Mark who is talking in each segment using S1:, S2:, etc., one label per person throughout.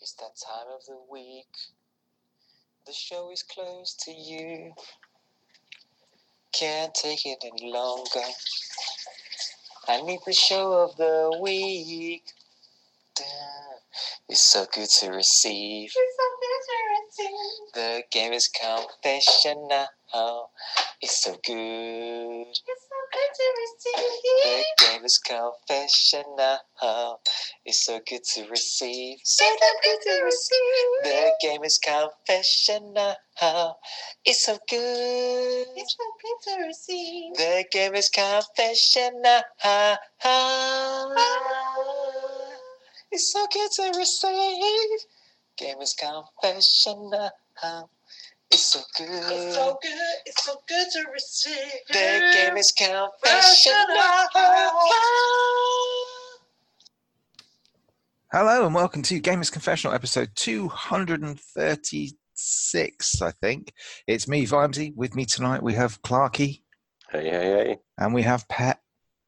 S1: It's that time of the week. The show is close to you. Can't take it any longer. I need the show of the week. Duh. It's so good to receive. The game is confessional. It's so good. The game is confessional. It's so good to receive. So good to receive. The game is confessional. It's so good. The game is confessional. It's so good to receive. Game is confessional. It's so good.
S2: It's so good, it's so good to receive.
S1: The game is confessional.
S3: Hello and welcome to Gamers Confessional episode 236, I think. It's me, Vimesy. With me tonight we have Clarky
S4: Hey, hey,
S3: and we have Pat.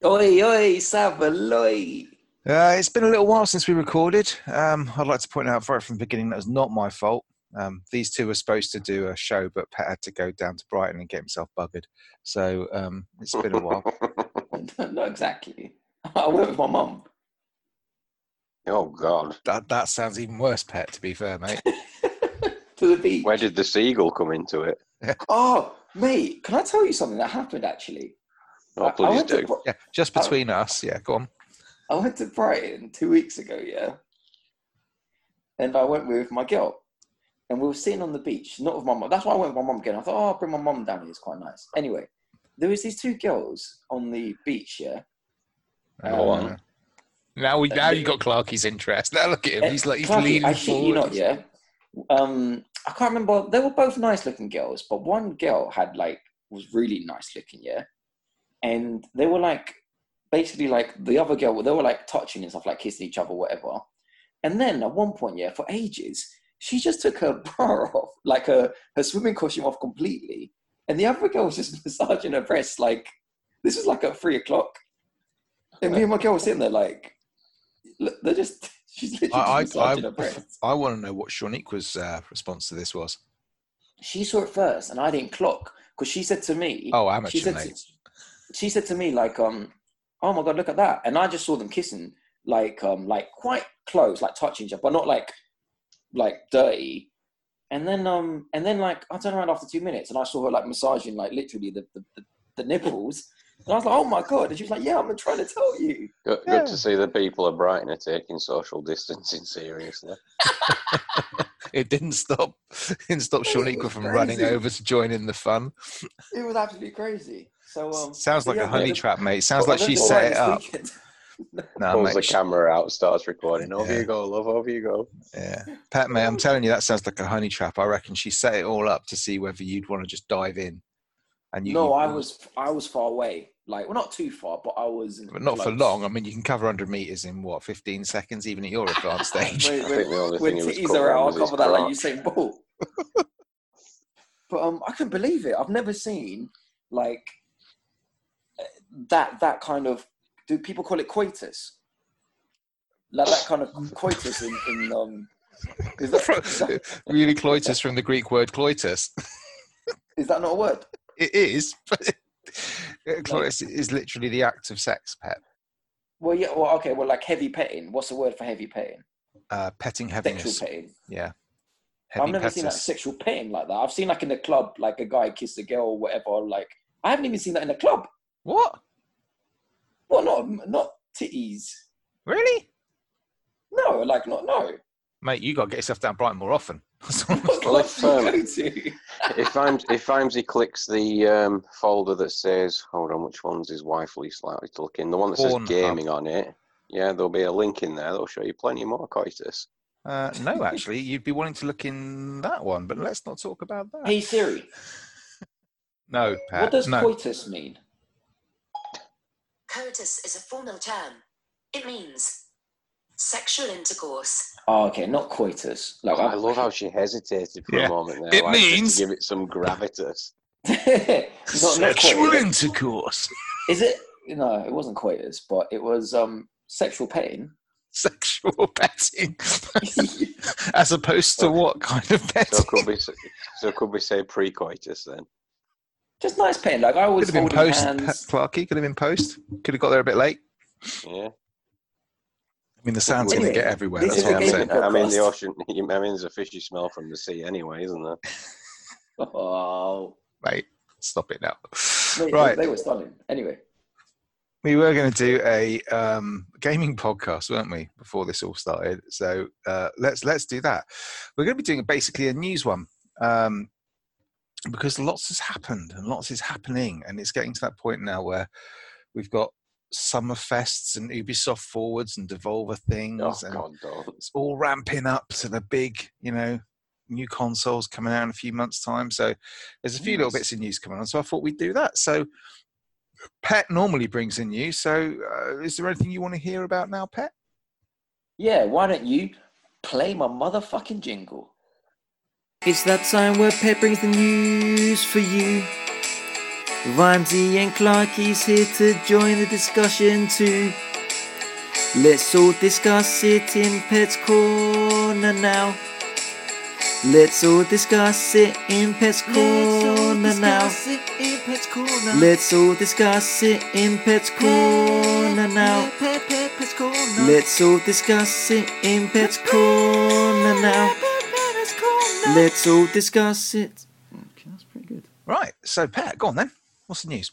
S5: Oi, oi, Savaloi.
S3: Uh, it's been a little while since we recorded. Um, I'd like to point out right from the beginning that was not my fault. Um, these two were supposed to do a show, but Pat had to go down to Brighton and get himself buggered. So um, it's
S4: hey.
S3: been a while.
S5: Not exactly. I went with my mum.
S4: oh, God.
S3: That, that sounds even worse, Pat, to be fair, mate.
S5: to the beach.
S4: Where did the seagull come into it?
S5: Oh, mate, can I tell you something that happened actually?
S4: Oh,
S5: I- I,
S4: please
S5: went to
S4: do.
S5: Bro-
S3: Yeah, just
S4: Oh.
S3: between us. Yeah, go on.
S5: I went to Brighton two weeks ago, yeah. And I went with my girl. And we were sitting on the beach, not with my mum. That's why I went with my mum again. I thought, oh, I'll bring my mum down here. It's quite nice. Anyway, there was these two girls on the beach, yeah.
S4: Go on.
S3: Uh, Now we now you got Clarky's interest. Now look at him. He's like he's
S5: Uh, Clarky,
S3: leaning
S5: I shit you
S3: forward.
S5: not, yeah. Um, I can't remember. They were both nice looking girls, but one girl had like was really nice looking, yeah. And they were like basically like the other girl. They were like touching and stuff, like kissing each other, whatever. And then at one point, yeah, for ages, she just took her bra off, like her her swimming costume off completely, and the other girl was just massaging her breasts. Like this was like at three o'clock, and me and my girl were sitting there like, look, they're just she's literally just
S3: I, I,
S5: massaging her
S3: I,
S5: breasts.
S3: I want to know what Shawniqua's uh, response to this was.
S5: she saw it first and I didn't clock because she said to me,
S3: Oh, amateur,
S5: she said, to,
S3: mate.
S5: she said to me like, um, oh my God, look at that. And I just saw them kissing like, um, like quite close, like touching each other, but not like, like dirty. And then, um, and then like, I turned around after two minutes and I saw her like massaging, like literally the, the, the, the nipples. And I was like, oh my God. And she was like, yeah, I've been trying to tell you.
S4: Good,
S3: Yeah.
S4: good to see the people of Brighton are taking social distancing seriously.
S3: It didn't stop. Didn't stop
S5: It
S3: Shawniqua
S5: was
S3: from running
S5: Oh, crazy.
S3: over to join in the fun.
S5: It was absolutely crazy. So, um,
S3: Sounds like
S5: yeah,
S3: a honey
S5: but-
S3: trap, mate. Sounds
S5: but
S3: like she
S5: that's all
S3: set
S5: right
S3: it
S5: this
S3: up.
S5: weekend.
S3: No,
S4: Pulls the
S3: mate. sh-
S4: camera out, starts recording. Over
S3: Yeah.
S4: you go, love, over you go.
S3: Yeah, Pat, mate. I'm telling you, that sounds like a honey trap. I reckon she set it all up to see whether you'd want to just dive in. And you,
S5: no,
S3: you-
S5: I was I was far away. Like, well, not too far, but I was.
S3: but not for
S5: close.
S3: long. I mean, you can cover 100 meters in what 15 seconds, even at your advanced stage.
S5: When,
S4: I
S5: when,
S4: think the only
S5: when
S4: thing he was
S5: titties are
S4: covering
S5: out, I'll
S4: was his
S5: cover that like
S4: crotch.
S5: Usain Bolt. but um, I couldn't believe it. I've never seen like uh, that that kind of. Do people call it coitus? Like that kind of coitus in, in um. Is that, is, that,
S3: really cloitus from the Greek word cloitus.
S5: is that not a word?
S3: It is, but cloitus is literally the act of sex, pet.
S5: Well, yeah. Well, okay. Well, like heavy petting. What's the word for heavy petting?
S3: Uh, petting
S5: Sexual
S3: heaviness.
S5: petting.
S3: Yeah.
S5: I've
S3: Heavy
S5: never seen like
S3: pettus.
S5: sexual petting like that. I've seen like in the club, like a guy kiss a girl or whatever. Like I haven't even seen that in a club.
S3: What?
S5: Well, not not titties.
S3: Really?
S5: No, like not no.
S3: Mate, you got to get yourself down bright more often. That's all.
S5: What club do you go to?
S4: if I'm if Imesy clicks the um, folder that says, hold on, which one's his wife least likely to look in? The one that says
S3: Pornhub.
S4: gaming on it. Yeah, there'll be a link in there that'll show you plenty more coitus.
S3: uh, no, actually, you'd be wanting to look in that one, but let's not talk about that.
S5: Hey Siri,
S3: no, Pat.
S5: what does
S3: no.
S5: coitus mean?
S6: Coitus is a formal term. It means sexual intercourse.
S5: Oh, okay, not coitus. Like
S4: I
S5: I
S4: love how she hesitated for
S3: Yeah.
S4: a moment there.
S3: It
S4: like, just
S3: means-
S4: to give it some gravitas.
S5: not, not
S3: Sexual
S5: coitus.
S3: intercourse.
S5: Is it? No, it wasn't coitus, but it was um sexual petting.
S3: sexual betting as opposed to what kind of
S4: So
S3: betting?
S4: could we s- so could we say pre-coitus then?
S5: Just nice pen. Like I
S3: Could
S5: was
S3: have been
S5: holding
S3: post,
S5: hands.
S3: P- Clarky. Could have been post. Could have got there a bit late.
S4: Yeah.
S3: I mean, the sound's going to
S5: Anyway,
S3: get everywhere.
S5: this
S3: That's
S5: is
S3: what
S5: the
S3: I'm
S5: game
S3: saying.
S5: that-
S4: I mean, the
S5: podcast.
S4: ocean. I mean, there's a fishy smell from the sea anyway, isn't there?
S5: Oh,
S3: Mate, stop it now.
S5: mate,
S3: right.
S5: They, they were stunning. Anyway,
S3: We were going to do a um, gaming podcast, weren't we, before this all started? So uh, let's let's do that. We're going to be doing basically a news one um, because lots has happened and lots is happening, and it's getting to that point now where we've got summer fests and Ubisoft forwards and Devolver things,
S4: Oh
S3: and
S4: God, don't.
S3: it's all ramping up to the big, you know, new consoles coming out in a few months' time. So there's a few little
S5: Nice.
S3: bits of news coming on. So I thought we'd do that. So Pet normally brings in news. So uh, is there anything you want to hear about now, Pet?
S5: yeah. Why don't you play my motherfucking jingle?
S7: It's that time where Pep brings the news for you. Rhymesy and Clarky's here to join the discussion too. Let's all discuss it in Pet's corner now. Let's all discuss it in Pet's corner now. Let's all discuss it in Pet's corner now. Let's all discuss it in Pet's corner now. Let's all discuss it. Okay, that's pretty good.
S3: Right. So Pet, go on then. What's the news?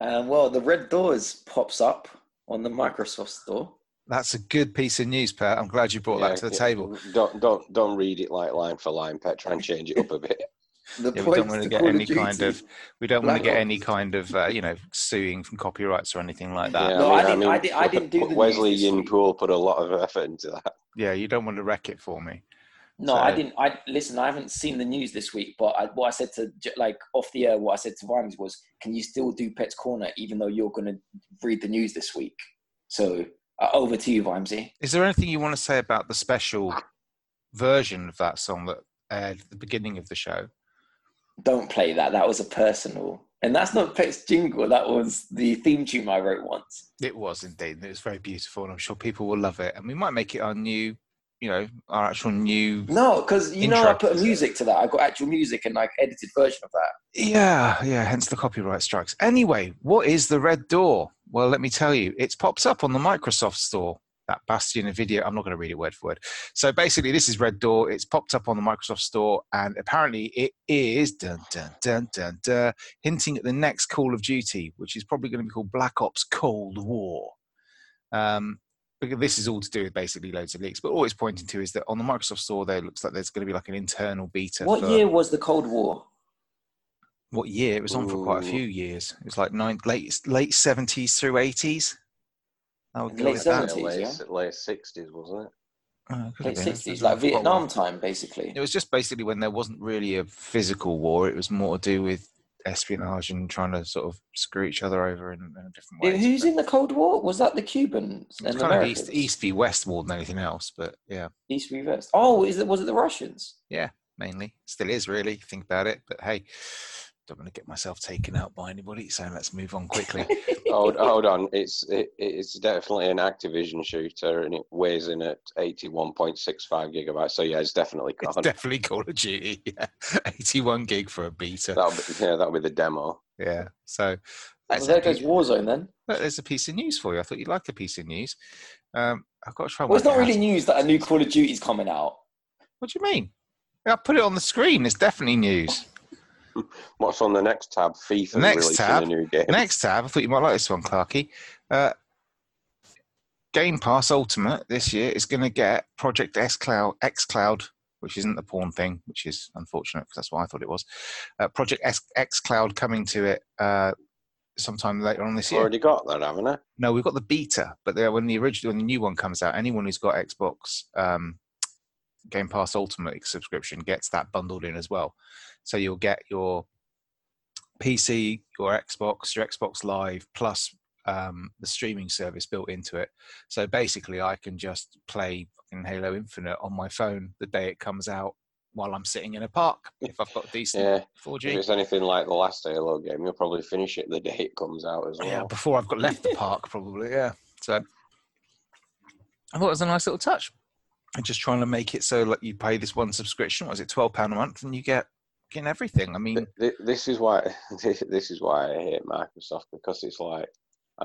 S5: Um, well, the red doors pops up on the Microsoft store.
S3: That's a good piece of news, Pet. I'm glad you brought
S4: Yeah,
S3: that to the
S4: yeah.
S3: table.
S4: Don't don't don't read it like line for line, Pet. Try and change it up a bit.
S3: Yeah,
S5: The
S3: we don't
S5: points
S3: wanna
S5: to
S3: get
S5: Call of
S3: any kind
S5: Duty.
S3: of- We don't want
S5: Black
S3: to get
S5: Ops.
S3: any kind of uh, you know suing from copyrights or anything like that.
S4: Yeah,
S5: No, I
S4: I mean,
S5: didn't- I did- I
S4: look at-
S5: didn't do the news
S4: Wesley
S5: this
S4: Yin
S5: week.
S4: Pool put a lot of effort into that.
S3: Yeah, you don't want to wreck it for me.
S5: No, I
S3: So-
S5: didn't. I listen. I haven't seen the news this week, but I, what I said to J- like off the air, what I said to Vimes was, "Can you still do Pet's Corner even though you're going to read the news this week?" So uh, over to you, Vimesy.
S3: Is there anything you want to say about the special version of that song that aired at the beginning of the show?
S5: Don't play that. That was a personal, and that's not Pet's jingle. That was the theme tune I wrote once.
S3: It was indeed. and It was very beautiful, and I'm sure people will love it. And we might make it our new, you know, our actual new.
S5: No, because you know
S3: Intro.
S5: I put a music to that. I got actual music and like edited version of that.
S3: Yeah, yeah. Hence the copyright strikes. Anyway, what is the Red Door? Well, let me tell you, it pops up on the Microsoft Store. That bastion of video. I'm not going to read it word for word. So basically, this is Red Door. It's popped up on the Microsoft Store, and apparently, it is dun dun dun dun dun, hinting at the next Call of Duty, which is probably going to be called Black Ops Cold War. Um, because this is all to do with basically loads of leaks, but all it's pointing to is that on the Microsoft Store, there looks like there's going to be like an internal beta.
S5: What
S3: for
S5: year was the Cold War?
S3: What year? It was on for quite a
S4: Ooh.
S3: few years. It was like nine, late late seventies through eighties. I would go
S5: Late
S3: with
S4: Yeah,
S3: that.
S5: 70s,
S4: late,
S5: yeah?
S4: s- late sixties, wasn't it?
S3: Oh, it could have
S5: Late
S3: been.
S5: sixties,
S3: I've
S5: like
S3: forgotten.
S5: Vietnam time, basically.
S3: It was just basically when there wasn't really a physical war. It was more to do with espionage and trying to sort of screw each other over in, in different
S5: Who-
S3: ways.
S5: Who's
S3: But
S5: in the Cold War? Was that the Cubans
S3: It's
S5: and
S3: kind of
S5: Americans?
S3: east, east v west more than anything else, but yeah,
S5: East v West. Oh, is it? Was it the Russians?
S3: mainly still is really. Think about it, but hey, don't want to get myself taken out by anybody. So let's move on quickly.
S5: Oh,
S4: Hold, hold on, it's it, it's definitely an Activision shooter, and it weighs in at eighty-one point six five gigabytes. So yeah, it's definitely
S3: it's
S4: gone.
S3: definitely Call of Duty. Yeah, eighty-one gig for a beta.
S4: that'll be, yeah, that'll be the demo.
S3: Yeah. So
S5: well,
S3: that's
S5: there
S3: a piece,
S5: goes Warzone then.
S3: look, there's a piece of news for you. I thought you'd like a piece of news. Um, I've got to try. and
S5: Well, it's
S3: work
S5: not
S3: it out.
S5: really news that a new Call of Duty's coming out.
S3: What do you mean? I put it on the screen. It's definitely news.
S4: What's on the next tab? FIFA
S3: Next
S4: releasing
S3: tab.
S4: a new game.
S3: Next tab. I thought you might like this one, Clarky. Uh, Game Pass Ultimate this year is going to get Project X Cloud, X Cloud, which isn't the porn thing, which is unfortunate because that's what I thought it was. Uh, Project X, X Cloud coming to it uh, sometime later on this year.
S4: Already got that, haven't I?
S3: No, we've got the beta, but there when the original, when the new one comes out, anyone who's got Xbox um, Game Pass Ultimate subscription gets that bundled in as well. So you'll get your PC, your Xbox, your Xbox Live, plus um, the streaming service built into it. So basically, I can just play fucking Halo Infinite on my phone the day it comes out while I'm sitting in a park if I've got decent
S4: Yeah.
S3: 4G.
S4: If it's anything like the last Halo game, you'll probably finish it the day it comes out as well.
S3: Yeah, before I've got left the park, probably. Yeah. So I thought it was a nice little touch. And just trying to make it so like you pay this one subscription, what is it, twelve pound a month, and you get getting everything. I mean,
S4: Th- th- This is why this is why I hate Microsoft because it's like I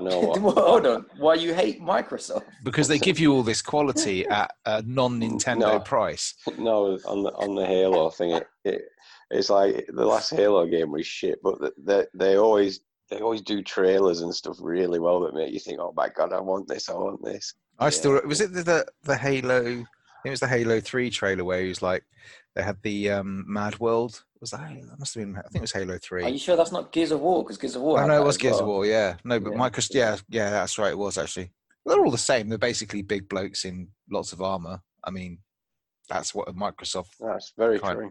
S4: know what
S5: Hold on. Why you hate Microsoft?
S3: because they give you all this quality at a non-Nintendo
S4: No.
S3: price.
S4: No, on the on the Halo thing, it, it it's like the last Halo game was shit, but th- they they always they always do trailers and stuff really well that make you think, oh my god, I want this, I want this.
S3: I
S4: Yeah.
S3: still was it the, the the Halo? I think it was the Halo Three trailer where he was like they had the um, Mad World. Was that? That must have been. I think it was Halo Three.
S5: Are you sure that's not Gears of War? Because Gears of War.
S3: I
S5: Oh, had
S3: know
S5: that
S3: it was
S5: as
S3: Gears of
S5: well.
S3: War, yeah. No, but
S5: Yeah.
S3: Micros, yeah, yeah, that's right. It was actually. They're all the same. They're basically big blokes in lots of armor. I mean, that's what a Microsoft
S4: That's very
S3: Quite.
S4: true.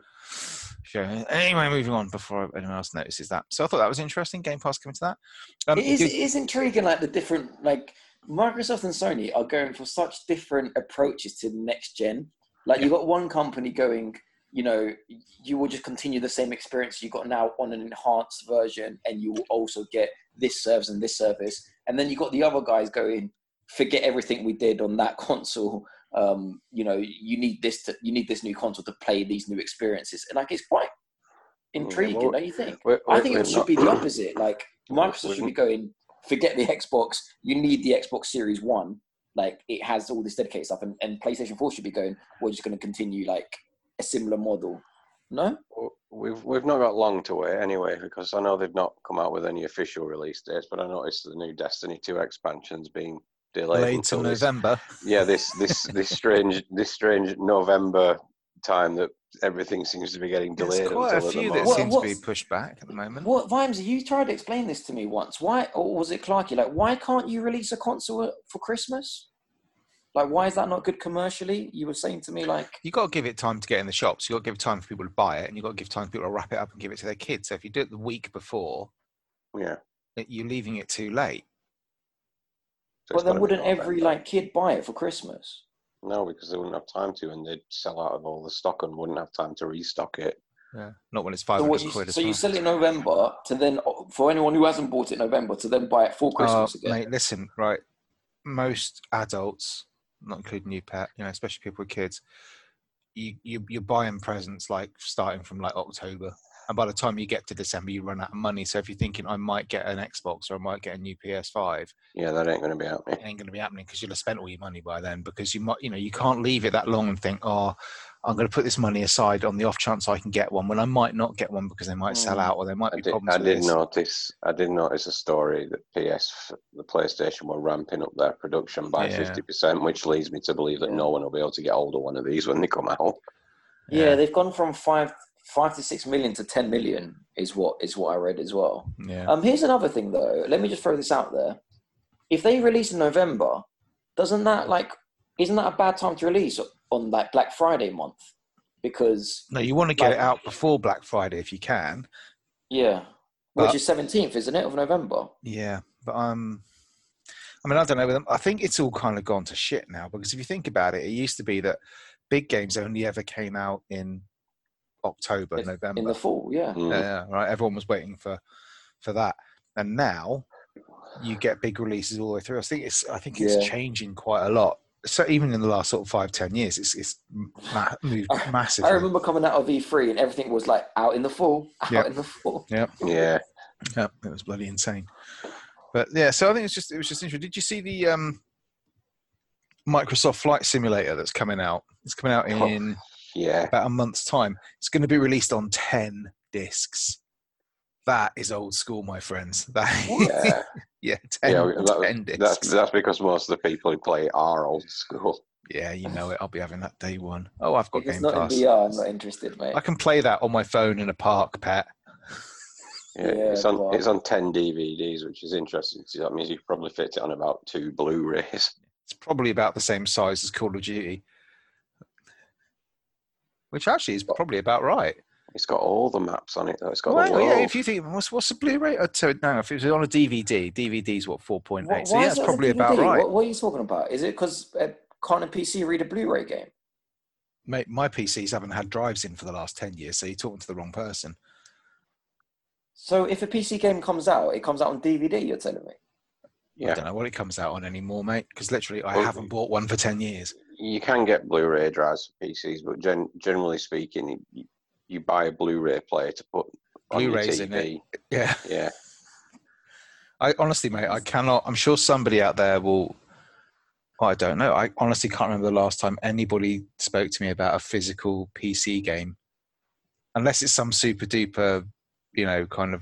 S3: show. is. Anyway, moving on before anyone else notices that. So I thought that was interesting. Game Pass coming to that. Um,
S5: it is.
S3: did-
S5: It is intriguing. Like the different, like Microsoft and Sony are going for such different approaches to the next gen. Like you got one company going, you know, you will just continue the same experience you got now on an enhanced version, and you will also get this service and this service. And then you got the other guys going, forget everything we did on that console. Um, you know, you need this. To, you need this new console to play these new experiences. And like, it's quite
S4: Yeah,
S5: intriguing,
S4: well,
S5: don't you think?
S4: We're-
S5: I
S4: we're-
S5: think
S4: we're
S5: it should
S4: not-
S5: be the opposite. Like Microsoft should
S4: Wouldn't-
S5: be going, forget the Xbox. You need the Xbox Series One. Like it has all this dedicated stuff, and, and PlayStation Four should be going. We're just going to continue like a similar model. No,
S4: We've we've not got long to wait anyway because I know they've not come out with any official release dates, but I noticed the new Destiny two expansion's being delayed
S3: Late
S4: until
S3: till
S4: this-
S3: November.
S4: yeah this this this strange this strange November time that everything seems to be getting
S3: There's
S4: delayed
S3: quite a
S4: until at the
S3: few that
S4: moment.
S5: What-
S3: seem to be
S5: what's-
S3: pushed back at the moment.
S5: what Vimes? You tried to explain this to me once. Why, or was it Clarky? Like, why can't you release a console for Christmas? Like, why is that not good commercially? You were saying to me like,
S3: you got to give it time to get in the shops. You've got to give time for people to buy it, and you've got to give time for people to wrap it up and give it to their kids. So if you do it the week before,
S4: Yeah.
S3: it- you're leaving it too late.
S4: So it's
S5: but
S4: gotta
S5: then
S4: be
S5: wouldn't every
S4: November.
S5: like kid buy it for Christmas?
S4: No, because they wouldn't have time to, and they'd sell out of all the stock and wouldn't have time to restock it.
S3: Yeah. Not when it's
S5: So,
S3: 500
S5: what you,
S3: quid as
S5: so you
S3: well.
S5: sell it in November to then for anyone who hasn't bought it in November to then buy it for Christmas
S3: Oh,
S5: again.
S3: Mate, listen, right. Most adults, not including you, Pat, you know, especially people with kids, you, you you're buying presents like starting from like October, and by the time you get to December, you run out of money. So if you're thinking I might get an Xbox or I might get a new PS5,
S4: Yeah, that ain't going to be happening.
S3: it ain't going to be happening because you'll have spent all your money by then. Because you might, you know, you can't leave it that long and think, oh, I'm going to put this money aside on the off chance I can get one. When I might not get one because they might sell
S5: Mm.
S3: out or there might
S4: I
S3: be
S4: did,
S3: problems.
S4: I
S3: with
S4: did
S3: this.
S4: notice. I did notice a story that PS, the PlayStation, were ramping up their production by
S3: Yeah.
S4: fifty percent, which leads me to believe that
S5: Yeah.
S4: no one will be able to get hold of one of these when they come out.
S5: Yeah.
S3: Yeah.
S5: they've gone from five five to six million to ten million is what is what I read as well.
S3: Yeah.
S5: Um, here's another thing though. Let me just throw this out there. If they release in November, doesn't that like isn't that a bad time to release on like Black Friday month? Because
S3: No, you want to get
S5: like-
S3: it out before Black Friday if you can.
S5: yeah,
S3: But-
S5: which is seventeenth, isn't it, of November?
S3: Yeah, but um, I mean, I don't know. with them. I think it's all kind of gone to shit now because if you think about it, it used to be that big games only ever came out in October,
S5: Yes,
S3: November. Mm-hmm.
S5: In the fall, yeah.
S4: Mm.
S3: yeah, yeah, right. Everyone was waiting for for that, and now you get big releases all the way through. I think it's I think it's
S5: Yeah.
S3: changing quite a lot. So even in the last sort of five ten years, it's it's ma- moved
S5: I
S3: massively.
S5: I remember coming out of E3 and everything was like out in the fall, out
S3: Yeah.
S5: in the fall.
S4: Yeah,
S3: Yeah, it was bloody insane. But yeah, so I think it's just it was just interesting. Did you see the um, Microsoft Flight Simulator that's coming out? It's coming out
S4: Oh.
S3: in
S4: yeah.
S3: about a month's time. It's going to be released on ten discs. That is old school, my friends. That
S4: Yeah,
S3: yeah, 10,
S4: yeah that-
S3: 10 discs.
S4: that's that's because most of the people who play it are old school.
S3: Yeah, you know it. I'll be having that day one. Oh, I've got
S5: If it's
S3: Game
S5: not
S3: Pass.
S5: in VR, I'm not interested, mate.
S3: I can play that on my phone in a park, Pat.
S4: Yeah,
S5: Yeah,
S4: it's on
S5: well.
S4: it's on ten DVDs, which is interesting. So that means you could probably fit it on about two Blu-rays.
S3: It's probably about the same size as Call of Duty, which actually is probably about right.
S4: It's got all the maps on it though. It's got
S3: Well,
S4: the world.
S3: yeah, if you think what's what's the Blu-ray? Oh, so, no, if it was on a DVD, DVD's what four point
S5: Wh-
S3: eight. So
S5: why
S3: yeah,
S5: is
S3: it's
S5: that on
S3: probably
S5: the
S3: about
S5: DVD?
S3: right.
S5: What, what are you talking about? Is it because uh, can't a PC read a Blu-ray game?
S3: Mate, my PCs haven't had drives in for the last ten years, so you're talking to the wrong person.
S5: So if a PC game comes out, it comes out on DVD. You're telling me?
S3: I
S4: Yeah,
S3: don't know what it comes out on anymore, mate. Because literally, I
S4: Well-
S3: haven't bought one for ten years.
S4: you can get Blu-ray drives for PCs, but gen- generally speaking, you, you buy a Blu-ray player to put on your
S3: Blu-rays in it.
S4: TV.
S3: Yeah,
S4: Yeah,
S3: I honestly, mate, I cannot. I'm sure somebody out there will. I don't know. I honestly can't remember the last time anybody spoke to me about a physical PC game, unless it's some super duper, you know, kind of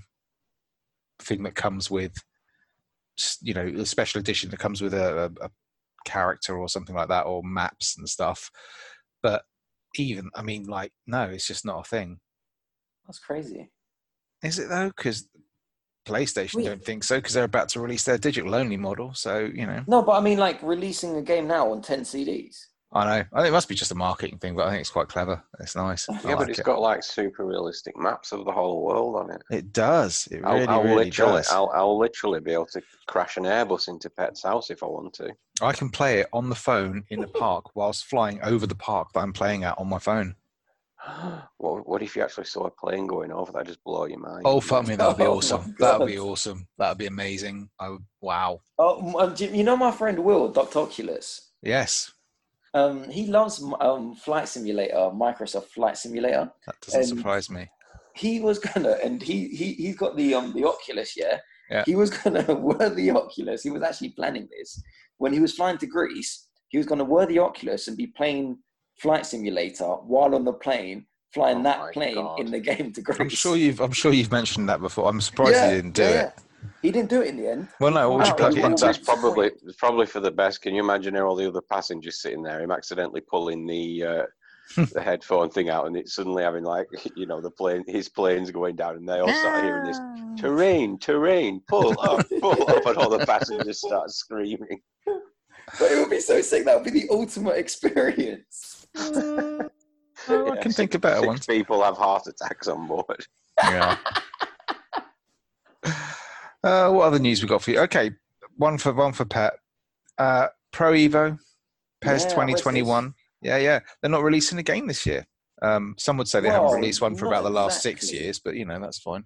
S3: thing that comes with, s- you know, a special edition that comes with a, a, a character or something like that, or maps and stuff. But even, I mean, like, no, it's just not a thing,
S5: That's crazy.
S3: is it though? Because PlayStation
S5: Wait.
S3: don't think so, because they're about to release their digital only model. So you know.
S5: No, but I mean, like releasing a game now on ten CDs.
S3: I know. I think it must be just a marketing thing, but I think it's quite clever. It's nice. I
S4: yeah,
S3: like
S4: but it's
S3: it.
S4: got like super realistic maps of the whole world on it.
S3: It does. It really,
S4: I'll, I'll
S3: really
S4: literally,
S3: does.
S4: I'll, I'll literally be able to crash an airbus into Pet's house if I want to.
S3: I can play it on the phone in the park whilst flying over the park that I'm playing at on my phone.
S4: What, what if you actually saw a plane going over? That just blow your mind.
S3: Oh, fuck me. That would be
S5: Oh my
S3: awesome. That would be
S5: God.
S3: awesome. That would be amazing. I would, wow.
S5: Oh, m- um, do you you know my friend Will, Dr. Oculus?
S3: Yes.
S5: Um, he loves m- um, Flight Simulator, Microsoft Flight Simulator.
S3: That doesn't
S5: And-
S3: surprise me.
S5: He was gonna, and he he he's got the um the Oculus, yeah.
S3: Yeah.
S5: He was gonna wear the Oculus. He was actually planning this when he was flying to Greece. He was gonna wear the Oculus and be playing Flight Simulator while on the plane, flying
S4: Oh
S5: that
S4: my
S5: plane
S4: God.
S5: in the game to Greece.
S3: I'm sure you've. I'm sure you've mentioned that before. I'm surprised
S5: Yeah,
S3: you didn't do
S5: yeah,
S3: it.
S5: yeah. He didn't do it in the end.
S3: Well, no. What would you
S5: Oh,
S3: plug
S5: well,
S3: it
S5: well,
S3: into?
S4: It's probably it's probably for the best. Can you imagine all the other passengers sitting there? Him accidentally pulling the uh, the headphone thing out, and it's suddenly having like you know the plane, his plane's going down, and they all start hearing
S3: Ah.
S4: this terrain, terrain, pull up, pull up, and all the passengers start screaming.
S5: But it would be so sick. That would be the ultimate experience.
S3: Oh, I
S4: Yeah,
S3: can think
S4: six-
S3: of better
S4: six
S3: ones.
S4: People have heart attacks on board.
S3: Yeah. uh, what other news we got for you? Okay, one for one for Pet. Uh, Pro Evo, PES
S5: Yeah,
S3: twenty twenty one. Yeah, yeah. They're not releasing a game this year. Um, some would say they
S5: Well,
S3: haven't released one for
S5: not
S3: about the last six
S5: exactly.
S3: years, but you know that's fine.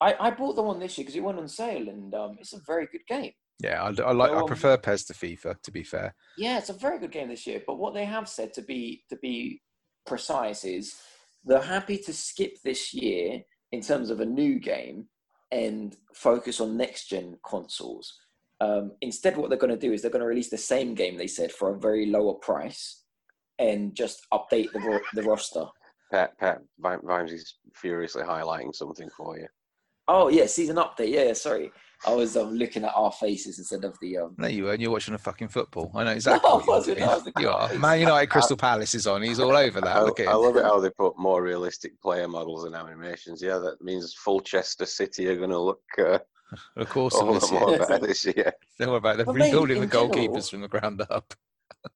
S5: I, I bought the one this year because it went on sale and um, it's a very good game.
S3: Yeah, I, I like.
S5: Well,
S3: I
S5: um,
S3: prefer PES to FIFA. To be fair,
S5: Yeah, it's a very good game this year. But what they have said to be to be precise is they're happy to skip this year in terms of a new game and focus on next gen consoles. Um, instead, what they're going to do is they're going to release the same game they said for a very lower price and just update the ro- the roster.
S4: Pet, Pet, Vi- Vimes is furiously highlighting something for you.
S5: Oh yeah, season update. Yeah, yeah, sorry, I was um, looking at our faces instead of the um.
S3: no, you weren't. You're watching a fucking football. I know exactly.
S5: I
S3: what you're
S5: wasn't,
S3: doing.
S5: I was looking
S3: you
S5: at
S3: are.
S5: his-
S3: Man United Crystal Palace is on. He's all over that.
S4: I,
S3: Look at
S4: I
S3: him.
S4: love it how they put more realistic player models and animations. Yeah, that means Fulchester City are going to look uh,
S3: Look awesome
S4: all
S3: Oh, this
S4: the
S3: year.
S4: more better this year.
S3: Don't worry about it. They're
S5: But mate,
S3: rebuilding the
S5: in
S3: goalkeepers
S5: general-
S3: from the ground up.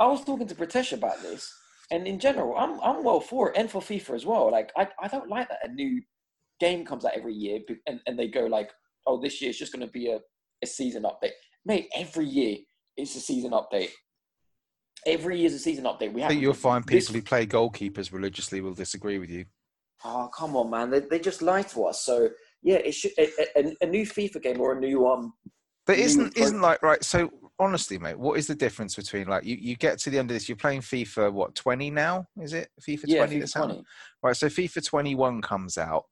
S5: I was talking to Pritesh about this, and in general, I'm I'm well for it and for FIFA as well. Like I, I don't like that a new game comes out every year be- and, and they go like, oh, this year's just going to be a, a season update. Mate, every year it's a season update. Every year's a season update. We
S3: I
S5: have.
S3: think you'll find
S5: this-
S3: people who play goalkeepers religiously will disagree with you.
S5: Oh come on, man! They they just lie to us. So yeah, it should a, a, a new FIFA game or a new um.
S3: But
S5: You
S3: isn't
S5: play-
S3: isn't like right? So honestly, mate, what is the difference between like you, you get to the end of this? You're playing FIFA what twenty now? Is it FIFA
S5: yeah,
S3: twenty?
S5: FIFA
S3: that's out?
S5: 20.
S3: Right. So FIFA twenty one comes out,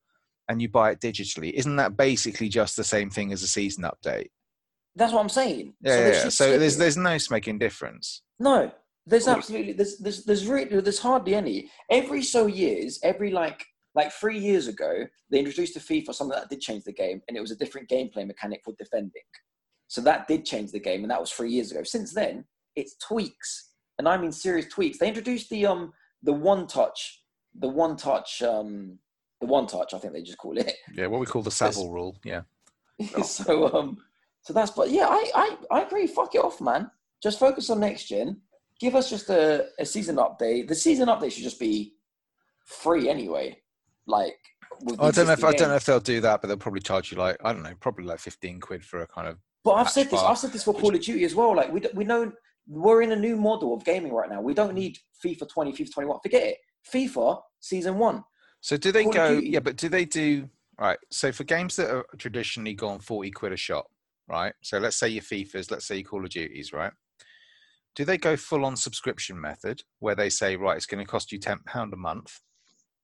S3: and you buy it digitally. Isn't that basically just the same thing as a season update?
S5: That's what I'm saying.
S3: Yeah.
S5: so
S3: yeah,
S5: they
S3: yeah.
S5: should
S3: So
S5: skip
S3: there's
S5: it.
S3: there's no smoking difference.
S5: No, there's
S4: Well-
S5: absolutely there's there's there's really there's hardly any. Every so years, every like like three years ago, they introduced a FIFA something that did change the game, and it was a different gameplay mechanic for defending. So that did change the game, and that was three years ago. Since then, it's tweaks, and I mean serious tweaks. They introduced the um the one touch, the one touch um the one touch. I think they just call it.
S3: Yeah. What we call the
S5: There's-
S3: Savile rule. Yeah.
S5: so um so that's but yeah I, I i agree fuck it off man just focus on next gen give us just a, a season update the season update should just be free anyway like with the
S3: I don't know if
S5: existing
S3: I don't know
S5: game.
S3: if they'll do that, but they'll probably charge you like I don't know, probably like fifteen quid for a kind of
S5: but i've said this
S3: Bar,
S5: i've said this for call of duty as well like we, d- we know we're in a new model of gaming right now we don't need fifa 20 fifa 21 forget it fifa season one
S3: So do they
S5: Call of
S3: go?
S5: Duty.
S3: Yeah, but do they do right? So for games that are traditionally gone forty quid a shot, right? So let's say your FIFAs, let's say your Call of Duties, right? Do they go full on subscription method where they say, right, it's going to cost you £10 a month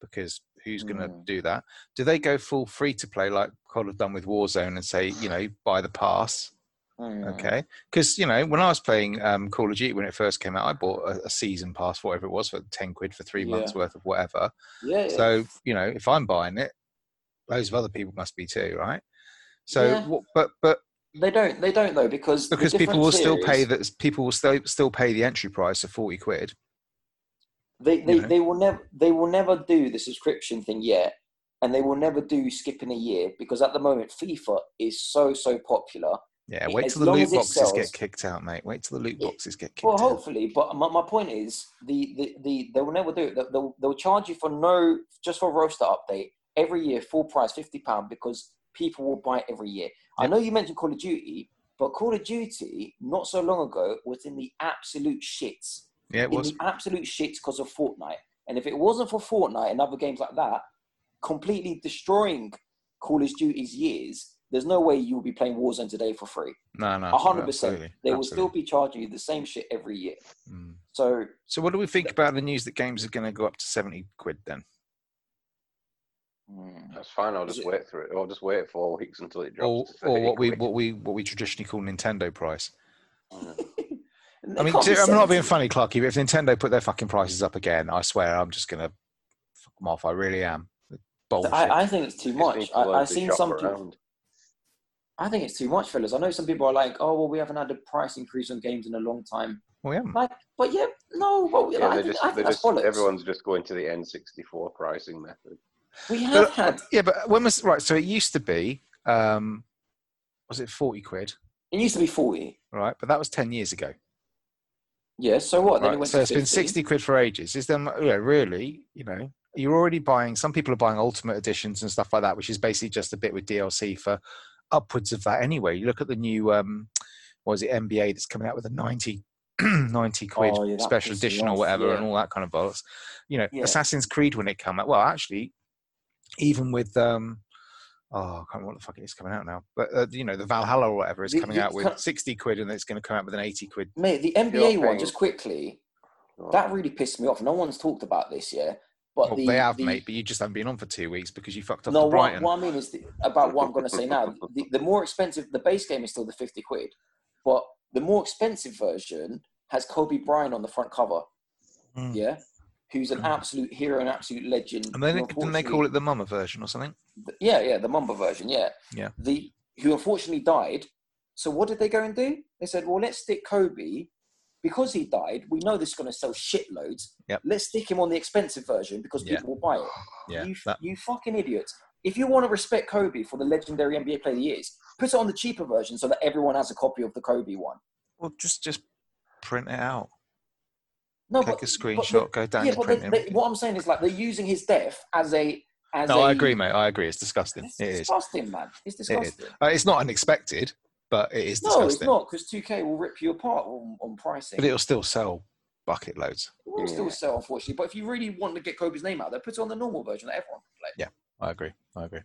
S3: because who's going to
S5: Mm.
S3: do that? Do they go full free to play like COD have done with Warzone and say, you know, buy the pass?
S5: Hmm.
S3: Okay, because you know when I was playing um, Call of Duty when it first came out, I bought a, a season pass, whatever it was, for ten quid for three months worth of whatever.
S5: Yeah. yeah.
S3: So you know if I'm buying it, loads of other people must be too, right? So,
S5: Yeah.
S3: what, but but
S5: they don't. They don't though because the
S3: because people will
S5: difference
S3: still
S5: is-
S3: pay that people will still still pay the entry price of forty quid.
S5: They they,
S3: know?
S5: they will never they will never do the subscription thing yet, and they will never do skipping a year because at the moment FIFA is so so popular.
S3: Yeah,
S5: It-
S3: wait
S5: as
S3: till the
S5: long
S3: loot
S5: as it
S3: boxes
S5: sells-
S3: get kicked out, mate. Wait till the loot
S5: It-
S3: boxes get kicked
S5: Well,
S3: out.
S5: hopefully, but my, my point is the, the, the they will never do it. They'll, they'll, they'll charge you for no just for a roster update every year, full price, fifty pound, because people will buy it every year. I
S3: Yep.
S5: know you mentioned Call of Duty, but Call of Duty not so long ago was in the absolute shits,
S3: Yeah, it
S5: in
S3: was.
S5: the absolute shits because of Fortnite. And if it wasn't for Fortnite and other games like that, completely destroying Call of Duty's years, there's no way you will be playing Warzone today for free.
S3: No, no,
S5: A hundred percent.
S3: absolutely,
S5: They will still
S3: absolutely.
S5: be charging you the same shit every year.
S3: Mm.
S5: So
S3: So, what do we think about the news that games are going to go up to seventy quid then?
S4: That's fine. I'll
S5: Is
S4: just
S5: it-
S4: wait through it. I'll just wait four weeks until it drops.
S3: or,
S4: to 30
S3: or what we
S4: quid.
S3: what we what we traditionally call Nintendo price.
S5: It
S3: I mean,
S5: can't be
S3: I'm not being
S5: 70.
S3: funny, Clarky, but if Nintendo put their fucking prices up again, I swear I'm just gonna fuck them off. I really am. Bullshit.
S5: I, I think it's too
S4: Just need
S5: much.
S4: to
S5: I,
S4: learn
S5: I've
S4: to
S5: seen
S4: shop
S5: some people.
S4: around.
S5: I think it's too much, fellas. I know some people are like, "Oh, well, we haven't had a price increase on games in a long time."
S3: well, we haven't.
S5: Like, but yeah, no, well,
S4: Yeah,
S5: like, I
S4: they're
S5: think,
S4: just,
S5: I think
S4: they're
S5: that's
S4: just,
S5: bollocks.
S4: everyone's just going to the N64 pricing method.
S5: We have
S3: But-
S5: had.
S3: yeah, but when was right? So it used to be, um, was it forty quid?
S5: It used to be forty.
S3: Right, but that was ten years ago.
S5: Yeah. So what? Then it
S3: Right?
S5: went
S3: So
S5: to
S3: it's been
S5: 50.
S3: sixty quid for ages. Is then yeah, really, you know, you're already buying. Some people are buying ultimate editions and stuff like that, which is basically just a bit with DLC for upwards of that anyway. You look at the new, um, what is it, NBA that's coming out with a 90, 90 quid
S5: Oh, yeah, that
S3: special
S5: pisses me
S3: edition or
S5: off,
S3: whatever, and
S5: yeah.
S3: all that kind of bollocks. You know,
S5: Yeah.
S3: Assassin's Creed when it came out. Well, actually, even with um. Oh, I can't remember what the fuck it is coming out now. But, uh, you know, the Valhalla or whatever is
S5: The-
S3: coming
S5: you
S3: out with
S5: can't-
S3: 60 quid and it's going to come out with an 80 quid.
S5: Mate, the NBA one,
S4: paying-
S5: just quickly,
S4: Oh,
S5: that really pissed me off. No one's talked about this, yeah. But
S3: Well,
S5: the,
S3: Oh, they have,
S5: the,
S3: mate, but you just haven't been on for two weeks because you fucked off
S5: No,
S3: to
S5: what,
S3: Brighton.
S5: what I mean is the, about what I'm going to say now. The, the more expensive, the base game is still the 50 quid, but the more expensive version has Kobe Bryant on the front cover,
S3: Mm.
S5: yeah? Who's an
S3: Mm.
S5: absolute hero, an absolute legend.
S3: And then
S5: who
S3: it- didn't they call
S5: unfortunately-
S3: it the Mama version or something?
S5: th- Yeah, yeah, the Mamba version, yeah.
S3: Yeah.
S5: The Who unfortunately died. So what did they go and do? They said, well, let's stick Kobe. Because he died, we know this is going to sell shitloads.
S3: Yep.
S5: Let's stick him on the expensive version because
S3: Yeah.
S5: people will buy it.
S3: Yeah.
S5: You, f-
S3: that-
S5: you fucking idiots. If you want to respect Kobe for the legendary NBA player he is, put it on the cheaper version so that everyone has a copy of the Kobe one.
S3: well, just just print it out.
S5: No,
S3: Take
S5: but,
S3: a
S5: but
S3: screenshot,
S5: they-
S3: go down
S5: yeah,
S3: to
S5: but they,
S3: print
S5: they- what I'm saying is like they're using his death as a as
S3: No,
S5: I
S3: I agree, mate. I agree. It's disgusting.
S5: It's
S3: It is.
S5: disgusting, man. It's disgusting.
S3: Uh, it's not unexpected, but it is
S5: No, it's
S3: disgusting.
S5: not because 2K will rip you apart on, on pricing.
S3: But it'll still sell bucket loads.
S5: It will still
S4: Yeah.
S5: sell, unfortunately. But if you really want to get Kobe's name out there, put it on the normal version that everyone can play.
S3: I agree. I agree.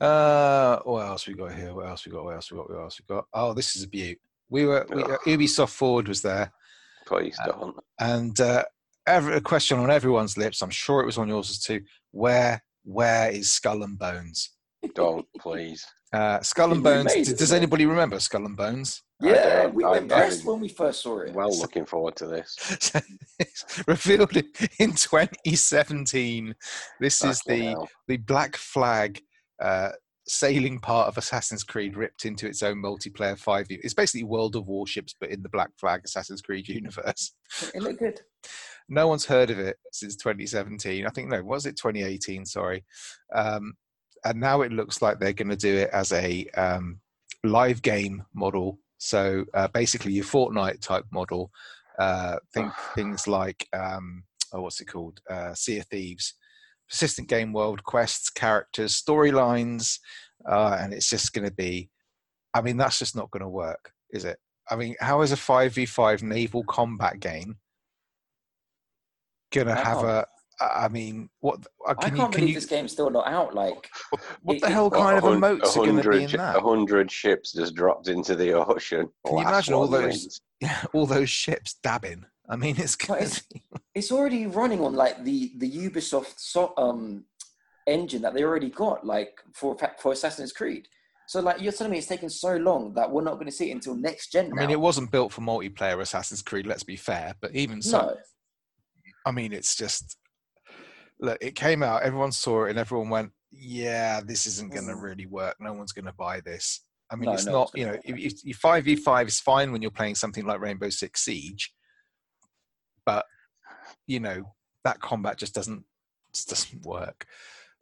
S3: Uh, what else we got here? What else we got? What else we got? What else we got? Oh, this is a beaut. We were we, uh,
S4: Ugh.
S3: Ubisoft Forward was there,
S4: Please
S3: Uh,
S4: don't.
S3: and uh, every, a question on everyone's lips. I'm sure it was on yours too. Where where is Skull and Bones?
S4: Don't, please.
S3: Uh, Skull and
S5: They
S3: Bones.
S5: remade
S3: d-
S5: it,
S3: Does
S5: mate.
S3: anybody remember Skull and Bones?
S5: Yeah,
S4: don't-
S5: we
S4: I-
S5: were
S4: I
S5: impressed
S4: didn't-
S5: when we first saw it.
S4: Well, looking forward to this.
S3: So it's revealed in 2017. This is
S4: Fucking
S3: the
S4: hell.
S3: the black flag uh, sailing part of Assassin's Creed ripped into its own multiplayer five. u- It's basically World of Warships, but in the black flag Assassin's Creed universe.
S5: It looked good.
S3: No one's heard of it since 2017. I think no, was it 2018? Sorry. Um, and now it looks like they're going to do it as a um, live game model. So uh, basically, your Fortnite type model. Uh, think things like um, oh, what's it called? Uh, sea of Thieves, persistent game world, quests, characters, storylines, uh, and it's just going to be. I mean, that's just not going to work, is it? I mean, how is a five v five naval combat game going to
S5: How
S3: have
S5: come?
S3: a I I mean, what? Uh,
S5: I
S3: can you,
S5: can't
S3: can you,
S5: believe this game's still not out. Like,
S3: what the
S5: it-
S3: hell kind of
S4: A hun-
S3: emotes
S4: a
S3: are going to be
S4: hundred
S3: in
S4: shi-
S3: that?
S4: A hundred ships just dropped into the ocean.
S3: Can you
S4: Last
S3: imagine all
S4: one
S3: those-
S4: wins.
S3: All those ships dabbing. I mean, it's
S5: Well,
S3: going
S5: it's- it's already running on like the the Ubisoft so, um, engine that they already got, like for for Assassin's Creed. So like you're telling me it's taking so long that we're not going to see it until next gen.
S3: I mean,
S5: now?
S3: it wasn't built for multiplayer Assassin's Creed. Let's be fair, but even so,
S5: no.
S3: I mean, it's just look. It came out. Everyone saw it, and everyone went, "Yeah, this isn't going to
S5: Mm.
S3: really work. No one's going to buy this." I mean,
S5: No,
S3: it's
S5: no
S3: not.
S5: one's
S3: You
S5: gonna
S3: know,
S5: buy
S3: if if five v five is fine when you're playing something like Rainbow Six Siege, but you know that combat just doesn't just doesn't work.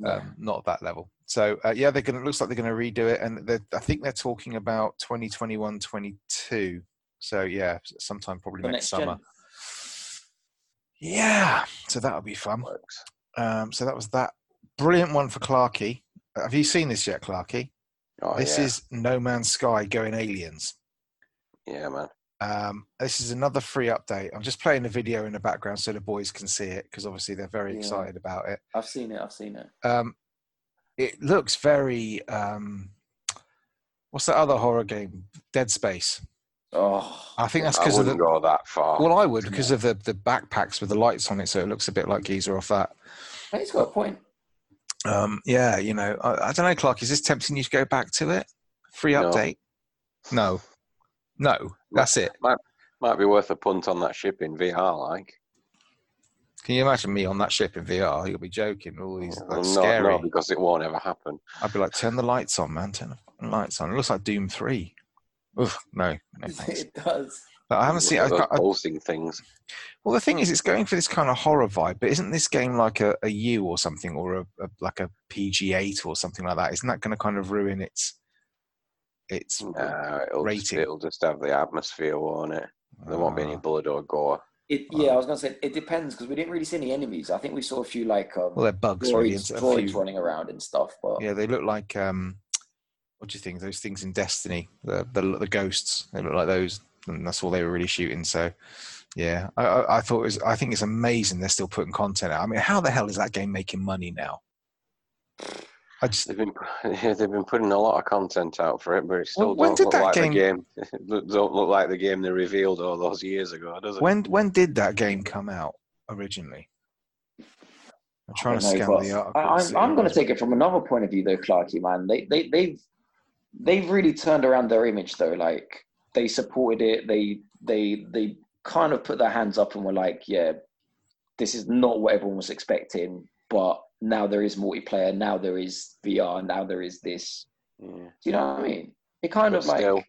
S5: No.
S3: Um, not at that level. So uh, yeah, they're going. to Looks like they're going to redo it, and they're- I think they're talking about 2021, 22. So yeah, s- sometime probably
S5: For
S3: next,
S5: next
S3: summer.
S5: gen.
S3: Yeah, so that'll be fun.
S4: Works.
S3: Um, so that was that brilliant one for Clarky. Uh, Have you seen this yet, Clarky?
S4: Oh,
S3: this
S4: yeah.
S3: is No Man's Sky going aliens.
S4: yeah, man.
S3: Um, this is another free update. I'm just playing the video in the background so the boys can see it because obviously they're very
S5: Yeah.
S3: excited about it.
S5: I've seen it. I've seen it.
S3: Um, it looks very. Um, what's that other horror game? Dead Space.
S5: Oh,
S3: I think that's
S4: I
S3: because of
S4: wouldn't
S3: the.
S4: go that far.
S3: Well, I would because of the the backpacks with the lights on it, so it looks a bit like geezer off that.
S5: hey, he's got a point.
S3: Um, yeah, you know, I, I don't know, Clark. Is this tempting you to go back to it? Free
S4: No.
S3: update? No, no, that's it.
S4: Might be worth a punt on that ship in VR, like.
S3: Can you imagine me on that ship in VR? You'll be joking. All these
S4: Well,
S3: like,
S4: no,
S3: scary.
S4: no, because it won't ever happen.
S3: I'd be like, turn the lights on, man. Turn the fucking lights on. It looks like Doom Three. Ugh, no, no thanks.
S5: it does.
S3: But I haven't seen. I,
S4: Look at those
S3: can't- I,
S4: pulsing things.
S3: well, the thing is, it's going for this kind of horror vibe. But isn't this game like a, a U or something, or a, a like a PG8 or something like that? Isn't that going to kind of ruin its its? uh,
S4: Nah, uh, it'll, just,
S3: Hmm. Rating.
S4: it'll just have the atmosphere, won't it? There won't be any
S3: Ah.
S4: blood or gore.
S5: It, yeah, I was gonna say it depends because we didn't really see any enemies. I think we saw a few like um,
S3: Well, they're bugs, really.
S5: droids,
S3: and a
S5: droids
S3: few-
S5: running around and stuff. But
S3: Yeah, they look like um, what do you think? Those things in Destiny, the the, the ghosts. They look like those, and that's all they were really shooting. So, yeah, I, I, I thought it was. I think it's amazing they're still putting content out. I mean, how the hell is that game making money now? I just
S4: They've been they've been putting a lot of content out for it, but it still
S3: when
S4: don't
S3: did
S4: look
S3: that
S4: like
S3: game-
S4: the game. look- don't look like the game they revealed all those years ago, does it?
S3: when when did that game come out originally? I'm
S5: I
S3: trying to
S5: don't know,
S3: scan
S5: but
S3: the article.
S5: I,
S3: to see
S5: I'm, I'm
S3: what
S5: going
S3: it
S5: to take it from another point of view, though, Clarky, man. They, they, they've, they've really turned around their image, though. Like they supported it. They, they, they kind of put their hands up and were like, "Yeah, this is not what everyone was expecting." But now there is multiplayer. Now there is VR. Now there is this.
S4: Yeah.
S5: Do you know what I mean? It kind
S4: But
S5: of like,
S4: still,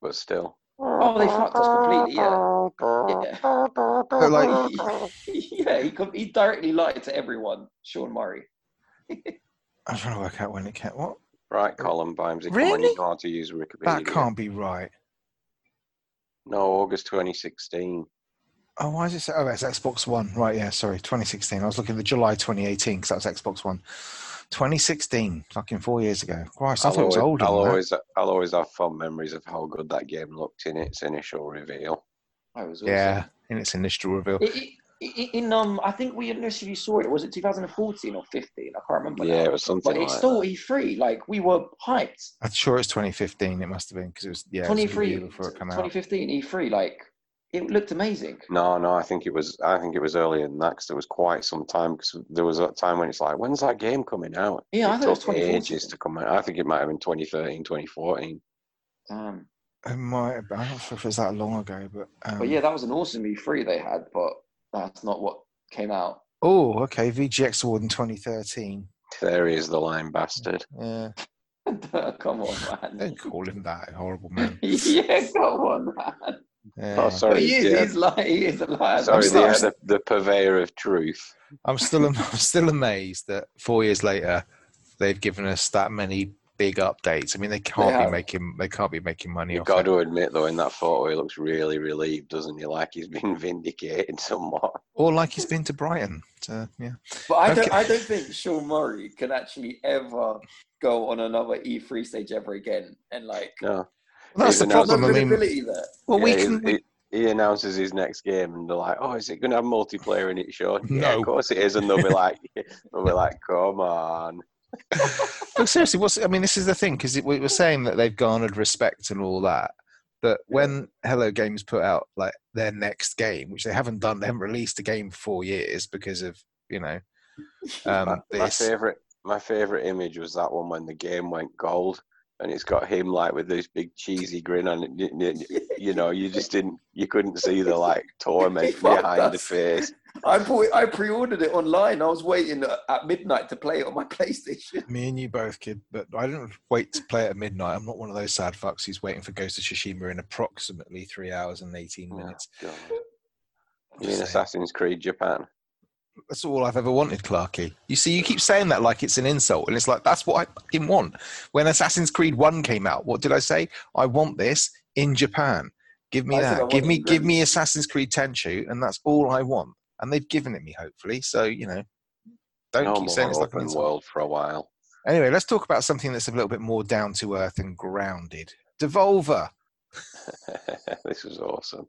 S4: but still.
S5: oh, they fucked us completely. Yeah, yeah,
S3: But like,
S5: yeah. He, com- he directly lied to everyone, Sean Murray.
S3: I'm trying to work out when it came. What?
S4: Right, Columbine. Really? Come on,
S3: Really?
S4: you know how to use Wikipedia.
S3: That can't be right.
S4: No, August 2016.
S3: Oh, why is it? So, oh, it's Xbox One. Right, yeah, sorry. 2016. I was looking at the July 2018 because that was Xbox One. 2016, fucking four years ago. Christ, I thought it was older.
S4: I'll
S3: than that.
S4: always, I'll always have fond memories of how good that game looked in its initial reveal.
S5: I was awesome.
S3: yeah, in its initial reveal.
S5: I- I- I- In um, I think we initially saw it. Was it 2014 or 15? I can't remember.
S4: Yeah,
S5: now.
S4: it was something
S5: but it's
S4: like
S5: still E3. Like we were hyped.
S3: I'm sure it's 2015. It must have been because it was yeah, it was a good
S5: 23,
S3: year before it came out.
S5: 2015 E3. E Like it looked amazing.
S4: that. No, no, I think it was, I think it was earlier than that 'cause there was quite some time because there was a time when it's like, when's that game coming out?
S5: Yeah, I
S4: it
S5: thought it was
S4: took
S5: 2014.
S4: ages to come out. I think it might have been 2013, 2014.
S5: Damn.
S3: It might have been. I'm not sure if it was that long ago, but. Um,
S5: But yeah, that was an awesome E3 they had. But that's not what came out.
S3: Oh, okay. VGX Award in 2013.
S4: There is the line bastard.
S3: Yeah.
S5: come on, man.
S3: Don't call him that horrible man.
S5: yeah, come on, man.
S3: Yeah.
S4: Oh,
S5: But
S4: sorry.
S5: he is.
S4: yeah.
S5: He's lying. He is a liar.
S4: Sorry,
S3: I'm
S4: the,
S3: sorry.
S4: uh, the, the purveyor of truth.
S3: I'm still am- I'm still amazed that four years later they've given us that many big updates. I mean, they can't be
S5: have.
S3: making they can't be making money
S4: You've
S3: off
S4: got
S3: it.
S4: to admit, though, in that photo, he looks really relieved, doesn't he? Like he's been vindicated somewhat.
S3: Or like he's been to Brighton. So, yeah,
S5: But I don't,
S3: Okay.
S5: I don't think Sean Murray can actually ever go on another E3 stage ever again. And like,
S4: No,
S3: well, that's the
S4: Even though-
S5: there's no
S3: problem. I mean,
S5: credibility there.
S3: well, we
S4: Yeah,
S3: can.
S4: it- he announces his next game, and they're like, "Oh, is it going to have multiplayer in it, Sean?" Yeah,
S3: No.
S4: of course it is, and they'll be like, "They'll be like, come on."
S3: But seriously, what's I mean, this is the thing because we were saying that they've garnered respect and all that. But when Hello Games put out like their next game, which they haven't done, they haven't released a game for four years because of you know um,
S4: my, my
S3: this.
S4: favorite, my favorite image was that one when the game went gold, and it's got him like with this big cheesy grin, and it- it- it- you know, you just didn't, you couldn't see the like torment
S5: Fuck
S4: behind the
S5: us.
S4: face.
S5: I bought it, I pre-ordered it online. I was waiting at midnight to play it on my PlayStation.
S3: Me and you both, kid. But I didn't wait to play at midnight. I'm not one of those sad fucks who's waiting for Ghost of Tsushima in approximately three hours and eighteen
S4: Oh,
S3: minutes.
S4: God. You
S3: Just
S4: mean
S3: saying.
S4: Assassin's Creed Japan?
S3: That's all I've ever wanted, Clarky. You see, you keep saying that like it's an insult, and it's like that's what I fucking want. When Assassin's Creed One came out, what did I say? I want this in Japan. Give me
S5: I said I
S3: that.
S5: want
S3: Give
S5: it
S3: me,
S5: in
S3: give me
S5: Greece.
S3: Assassin's Creed Tenchu, and that's all I want. And they've given it me, hopefully. So you know, don't
S4: no
S3: keep
S4: more
S3: saying it's like an
S4: open
S3: insult.
S4: world for a while.
S3: Anyway, let's talk about something that's a little bit more down to earth and grounded. Devolver.
S4: this was awesome.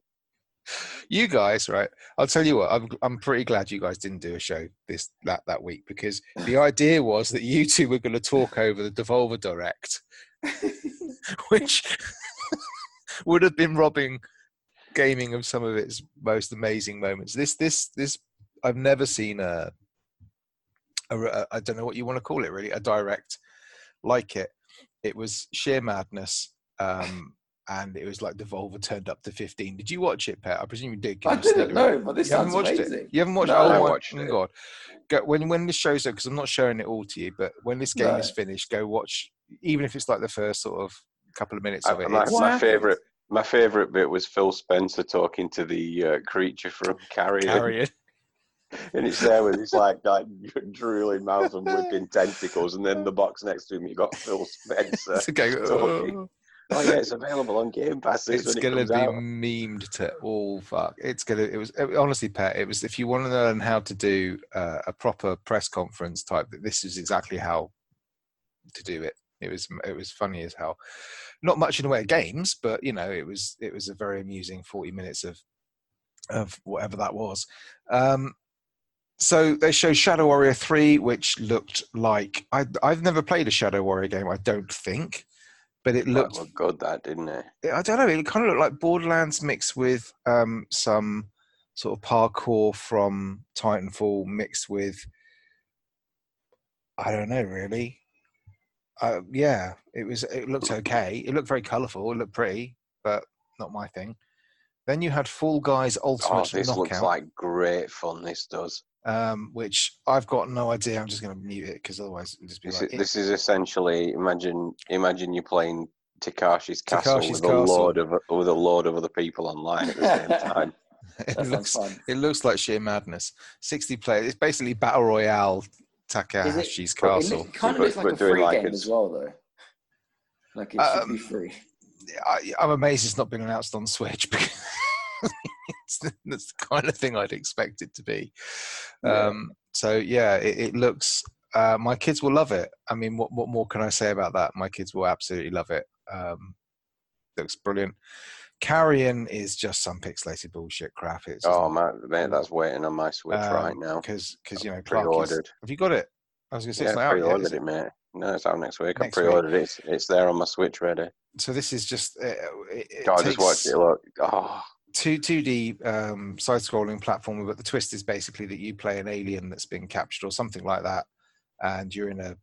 S3: you guys, right? I'll tell you what. I'm I'm pretty glad you guys didn't do a show this that that week because the idea was that you two were going to talk over the Devolver Direct, which would have been robbing gaming of some of its most amazing moments. This this this I've never seen a, a, a I don't know what you want to call it really a direct like it. It was sheer madness. Um, and it was like Devolver turned up to 15. Did you watch it, Pet? I presume you did. 'cause
S5: I
S3: you said
S5: didn't
S3: you were-
S5: know, but this
S3: you haven't
S5: sounds
S3: watched
S5: amazing.
S3: it. You haven't watched
S5: No,
S3: it.
S5: I
S3: Oh my
S4: watched it.
S3: god! Go, when when this show's up, because I'm not showing it all to you, but when this game
S5: No.
S3: is finished, go watch. Even if it's like the first sort of couple of minutes
S4: I-
S3: of it,
S4: my,
S3: it's-
S5: What
S4: my
S5: happened?
S4: favorite, my favorite bit was Phil Spencer talking to the uh, creature from Carrion,
S3: carry it.
S4: and it's there with his like, like drooling mouth and whipping tentacles, and then the box next to him you got Phil Spencer.
S3: It's okay.
S4: talking. oh yeah, it's available on Game Pass
S3: It's
S4: when it
S3: gonna
S4: comes
S3: be
S4: out.
S3: memed to all fuck. It's gonna. It was it- honestly, Pet. It was if you want to learn how to do uh, a proper press conference type, this is exactly how to do it. It was it was funny as hell. Not much in the way of games, but you know, it was it was a very amusing forty minutes of of whatever that was. Um, so they show Shadow Warrior three, which looked like I, I've never played a Shadow Warrior game. I don't think, but it
S4: That
S3: looked
S4: looked Oh, good, that didn't it?
S3: I don't know. It kind of looked like Borderlands mixed with um, some sort of parkour from Titanfall mixed with I don't know really. Uh, yeah, it was. It looked okay. It looked very colourful. It looked pretty, but not my thing. Then you had Fall Guys Ultimate
S4: Oh, this
S3: Knockout,
S4: looks like great fun. This does.
S3: um, which I've got no idea. I'm just going to mute it because otherwise it'll just be
S4: This
S3: like
S4: is, this is essentially imagine imagine you're playing Takashi's Castle
S3: Takashi's
S4: with
S3: Castle.
S4: a load of with a load of other people online at the same time.
S3: it,
S5: That sounds
S3: looks,
S5: fun.
S3: it looks like sheer madness. Sixty players. It's basically battle royale. Takahashi's
S5: but
S3: Castle.
S5: It kind of
S4: But-
S5: looks like
S4: but
S5: a
S4: doing
S5: free
S4: like
S5: game
S4: it's-
S5: as well, though. Like it should be
S3: Um,
S5: free.
S3: I, I'm amazed it's not been announced on Switch because it's the, that's the kind of thing I'd expect it to be.
S5: Yeah.
S3: Um, so yeah, it, it looks. Uh, my kids will love it. I mean, what what more can I say about that? My kids will absolutely love it. Um, looks brilliant. Carrion is just some pixelated bullshit crap. It's
S4: Oh my mate, that's waiting on my Switch
S3: Uh,
S4: right now.
S3: because because you know Clark is,
S4: Pre-ordered.
S3: Have you got it? I was gonna say
S4: Yeah,
S3: it's not out yet.
S4: pre-ordered
S3: is
S4: it, mate. No, it's out next
S3: Next
S4: week. I
S3: week.
S4: pre-ordered it. It's, it's there on my Switch ready.
S3: it? So this is just. Uh, it, it
S4: God, I
S3: takes,
S4: just watched it. Look, oh,
S3: two two D um, side scrolling platformer, but the twist is basically that you play an alien that's been captured or something like that, and you're in a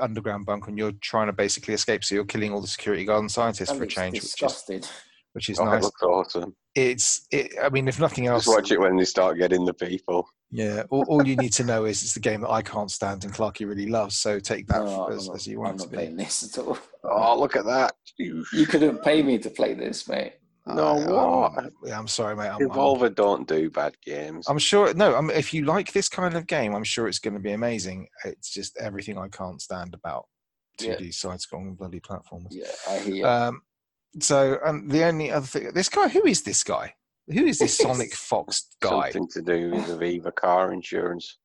S3: underground bunker and you're trying to basically escape. So you're killing all the security guard and scientists
S5: That
S3: for a
S5: looks
S3: change, which is
S5: disgusted.
S3: which is
S4: oh it
S3: nice.
S4: looks awesome.
S3: It's it, I mean, if nothing else,
S4: Just watch it when they start getting the people.
S3: yeah. All, all you need to know is it's the game that I can't stand and Clarky really loves. So take that
S5: No, I'm
S3: as,
S5: not,
S3: as you
S5: I'm
S3: want it
S5: not
S3: to be.
S5: playing this at all.
S4: Oh, look at that!
S5: You couldn't pay me to play this, mate.
S4: No, what?
S3: I'm, yeah, I'm sorry, mate. I'm, I'm,
S4: Devolver don't do bad games.
S3: I'm sure. No, i if you like this kind of game, I'm sure it's going to be amazing. It's just everything I can't stand about
S5: Yeah.
S3: 2D side-scrolling bloody platformers.
S5: Yeah, I hear you.
S3: Um, so, and the only other thing, this guy, who is this guy? Who is this Sonic Fox guy?
S4: Something to do with Aviva car insurance.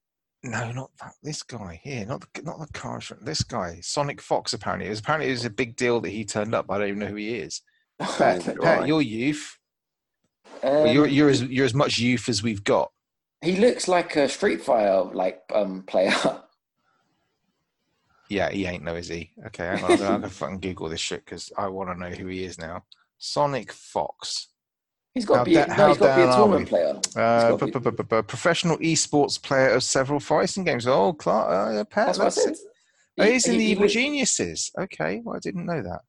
S3: No, not that. This guy here, not the, not the car. insurance, This guy, Sonic Fox. Apparently, it was apparently it was a big deal that he turned up. I don't even know who he is. Pat,
S4: neither do
S3: Pat,
S4: I.
S3: your youth. Well, you're
S5: Um,
S3: you're as you're as much youth as we've got.
S5: he looks like a Street Fighter like um player.
S3: Yeah, he ain't no, is he? Okay, hang on. I'm gonna, I'm gonna fucking Google this shit because I want to know who he is now. Sonic Fox,
S5: He's got
S3: How
S5: to be.
S3: da-
S5: no,
S3: how
S5: he's got to be
S3: down
S5: a
S3: are
S5: tournament
S3: we?
S5: player.
S3: uh,
S5: got
S3: bu-
S5: the-
S3: bu- bu- bu- bu- professional esports player of several fighting games. Oh, Clark, uh, yeah, Pat,
S5: That's
S3: that's,
S5: what I said.
S3: it. Oh, he's in the Evil
S5: look-
S3: Geniuses. Okay, well, I didn't know that.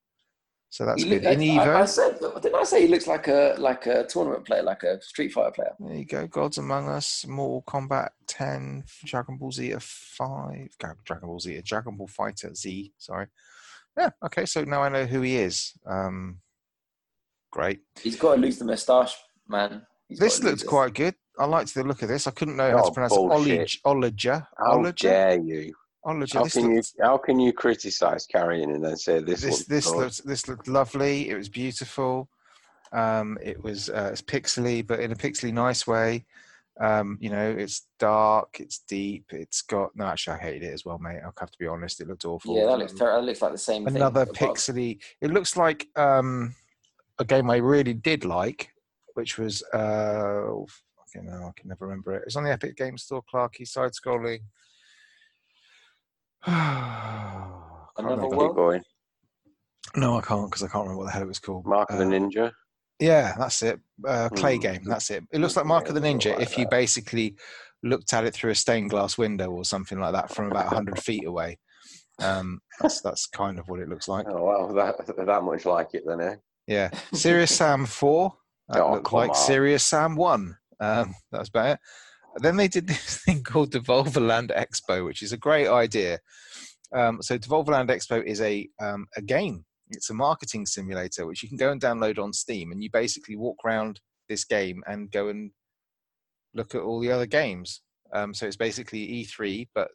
S3: So that's
S5: he
S3: good.
S5: look-
S3: In
S5: I, I
S3: Evo,
S5: said, didn't I say he looks like a like a tournament player, like a Street Fighter player?
S3: there you go. Gods Among Us, Mortal Kombat 10, Dragon Ball Z 5, Dra- Dragon Ball Z, Dragon Ball Fighter Z, sorry. Yeah, okay, so now I know who he is. Um, great.
S5: He's got to lose the moustache, man. He's
S3: This
S5: gotta lose
S3: looked
S5: it.
S3: quite good. I liked the look of this. I couldn't know how to
S4: Oh,
S3: pronounce
S4: bullshit.
S3: it. Olija.
S4: How
S3: Olija?
S4: dare you?
S3: Olija.
S4: How
S3: This
S4: can you?
S3: looked
S4: How can you criticize carrying and then say this?
S3: this
S4: looks
S3: this
S4: good?
S3: looked this looked lovely. It was beautiful. Um, it was uh, it's pixely, but in a pixely nice way. Um, you know, it's dark, it's deep, it's got no. Actually, I hated it as well, mate. I have to be honest. It looked awful.
S5: Yeah, that looks
S3: Um,
S5: terrible. That looks like the same
S3: Another
S5: thing. above.
S3: pixely. It looks like um, a game I really did like, which was uh, oh, fucking hell, I can never remember it. It was on the Epic Game Store, Clarky, side scrolling.
S5: Another
S4: Keep
S5: world?
S4: going.
S3: No, I can't because I can't remember what the hell it was called.
S4: Mark of the
S3: Uh,
S4: Ninja.
S3: Yeah, that's it. Uh, clay
S4: Hmm.
S3: game. That's it. It looks like
S4: Yeah,
S3: Mark of the
S4: it doesn't
S3: Ninja
S4: look
S3: if
S4: like
S3: you
S4: that.
S3: basically looked at it through a stained glass window or something like that from about hundred feet away. Um, that's that's kind of what it looks like.
S4: Oh wow, that that much like it then, eh?
S3: Yeah, Serious Sam four. That
S4: Oh,
S3: looked
S4: come
S3: like
S4: on.
S3: Serious Sam one. Um, that's about it. Then they did this thing called Devolverland Expo, which is a great idea. Um, so Devolverland Expo is a um, a game. It's a marketing simulator which you can go and download on Steam, and you basically walk around this game and go and look at all the other games. Um, so it's basically E3, but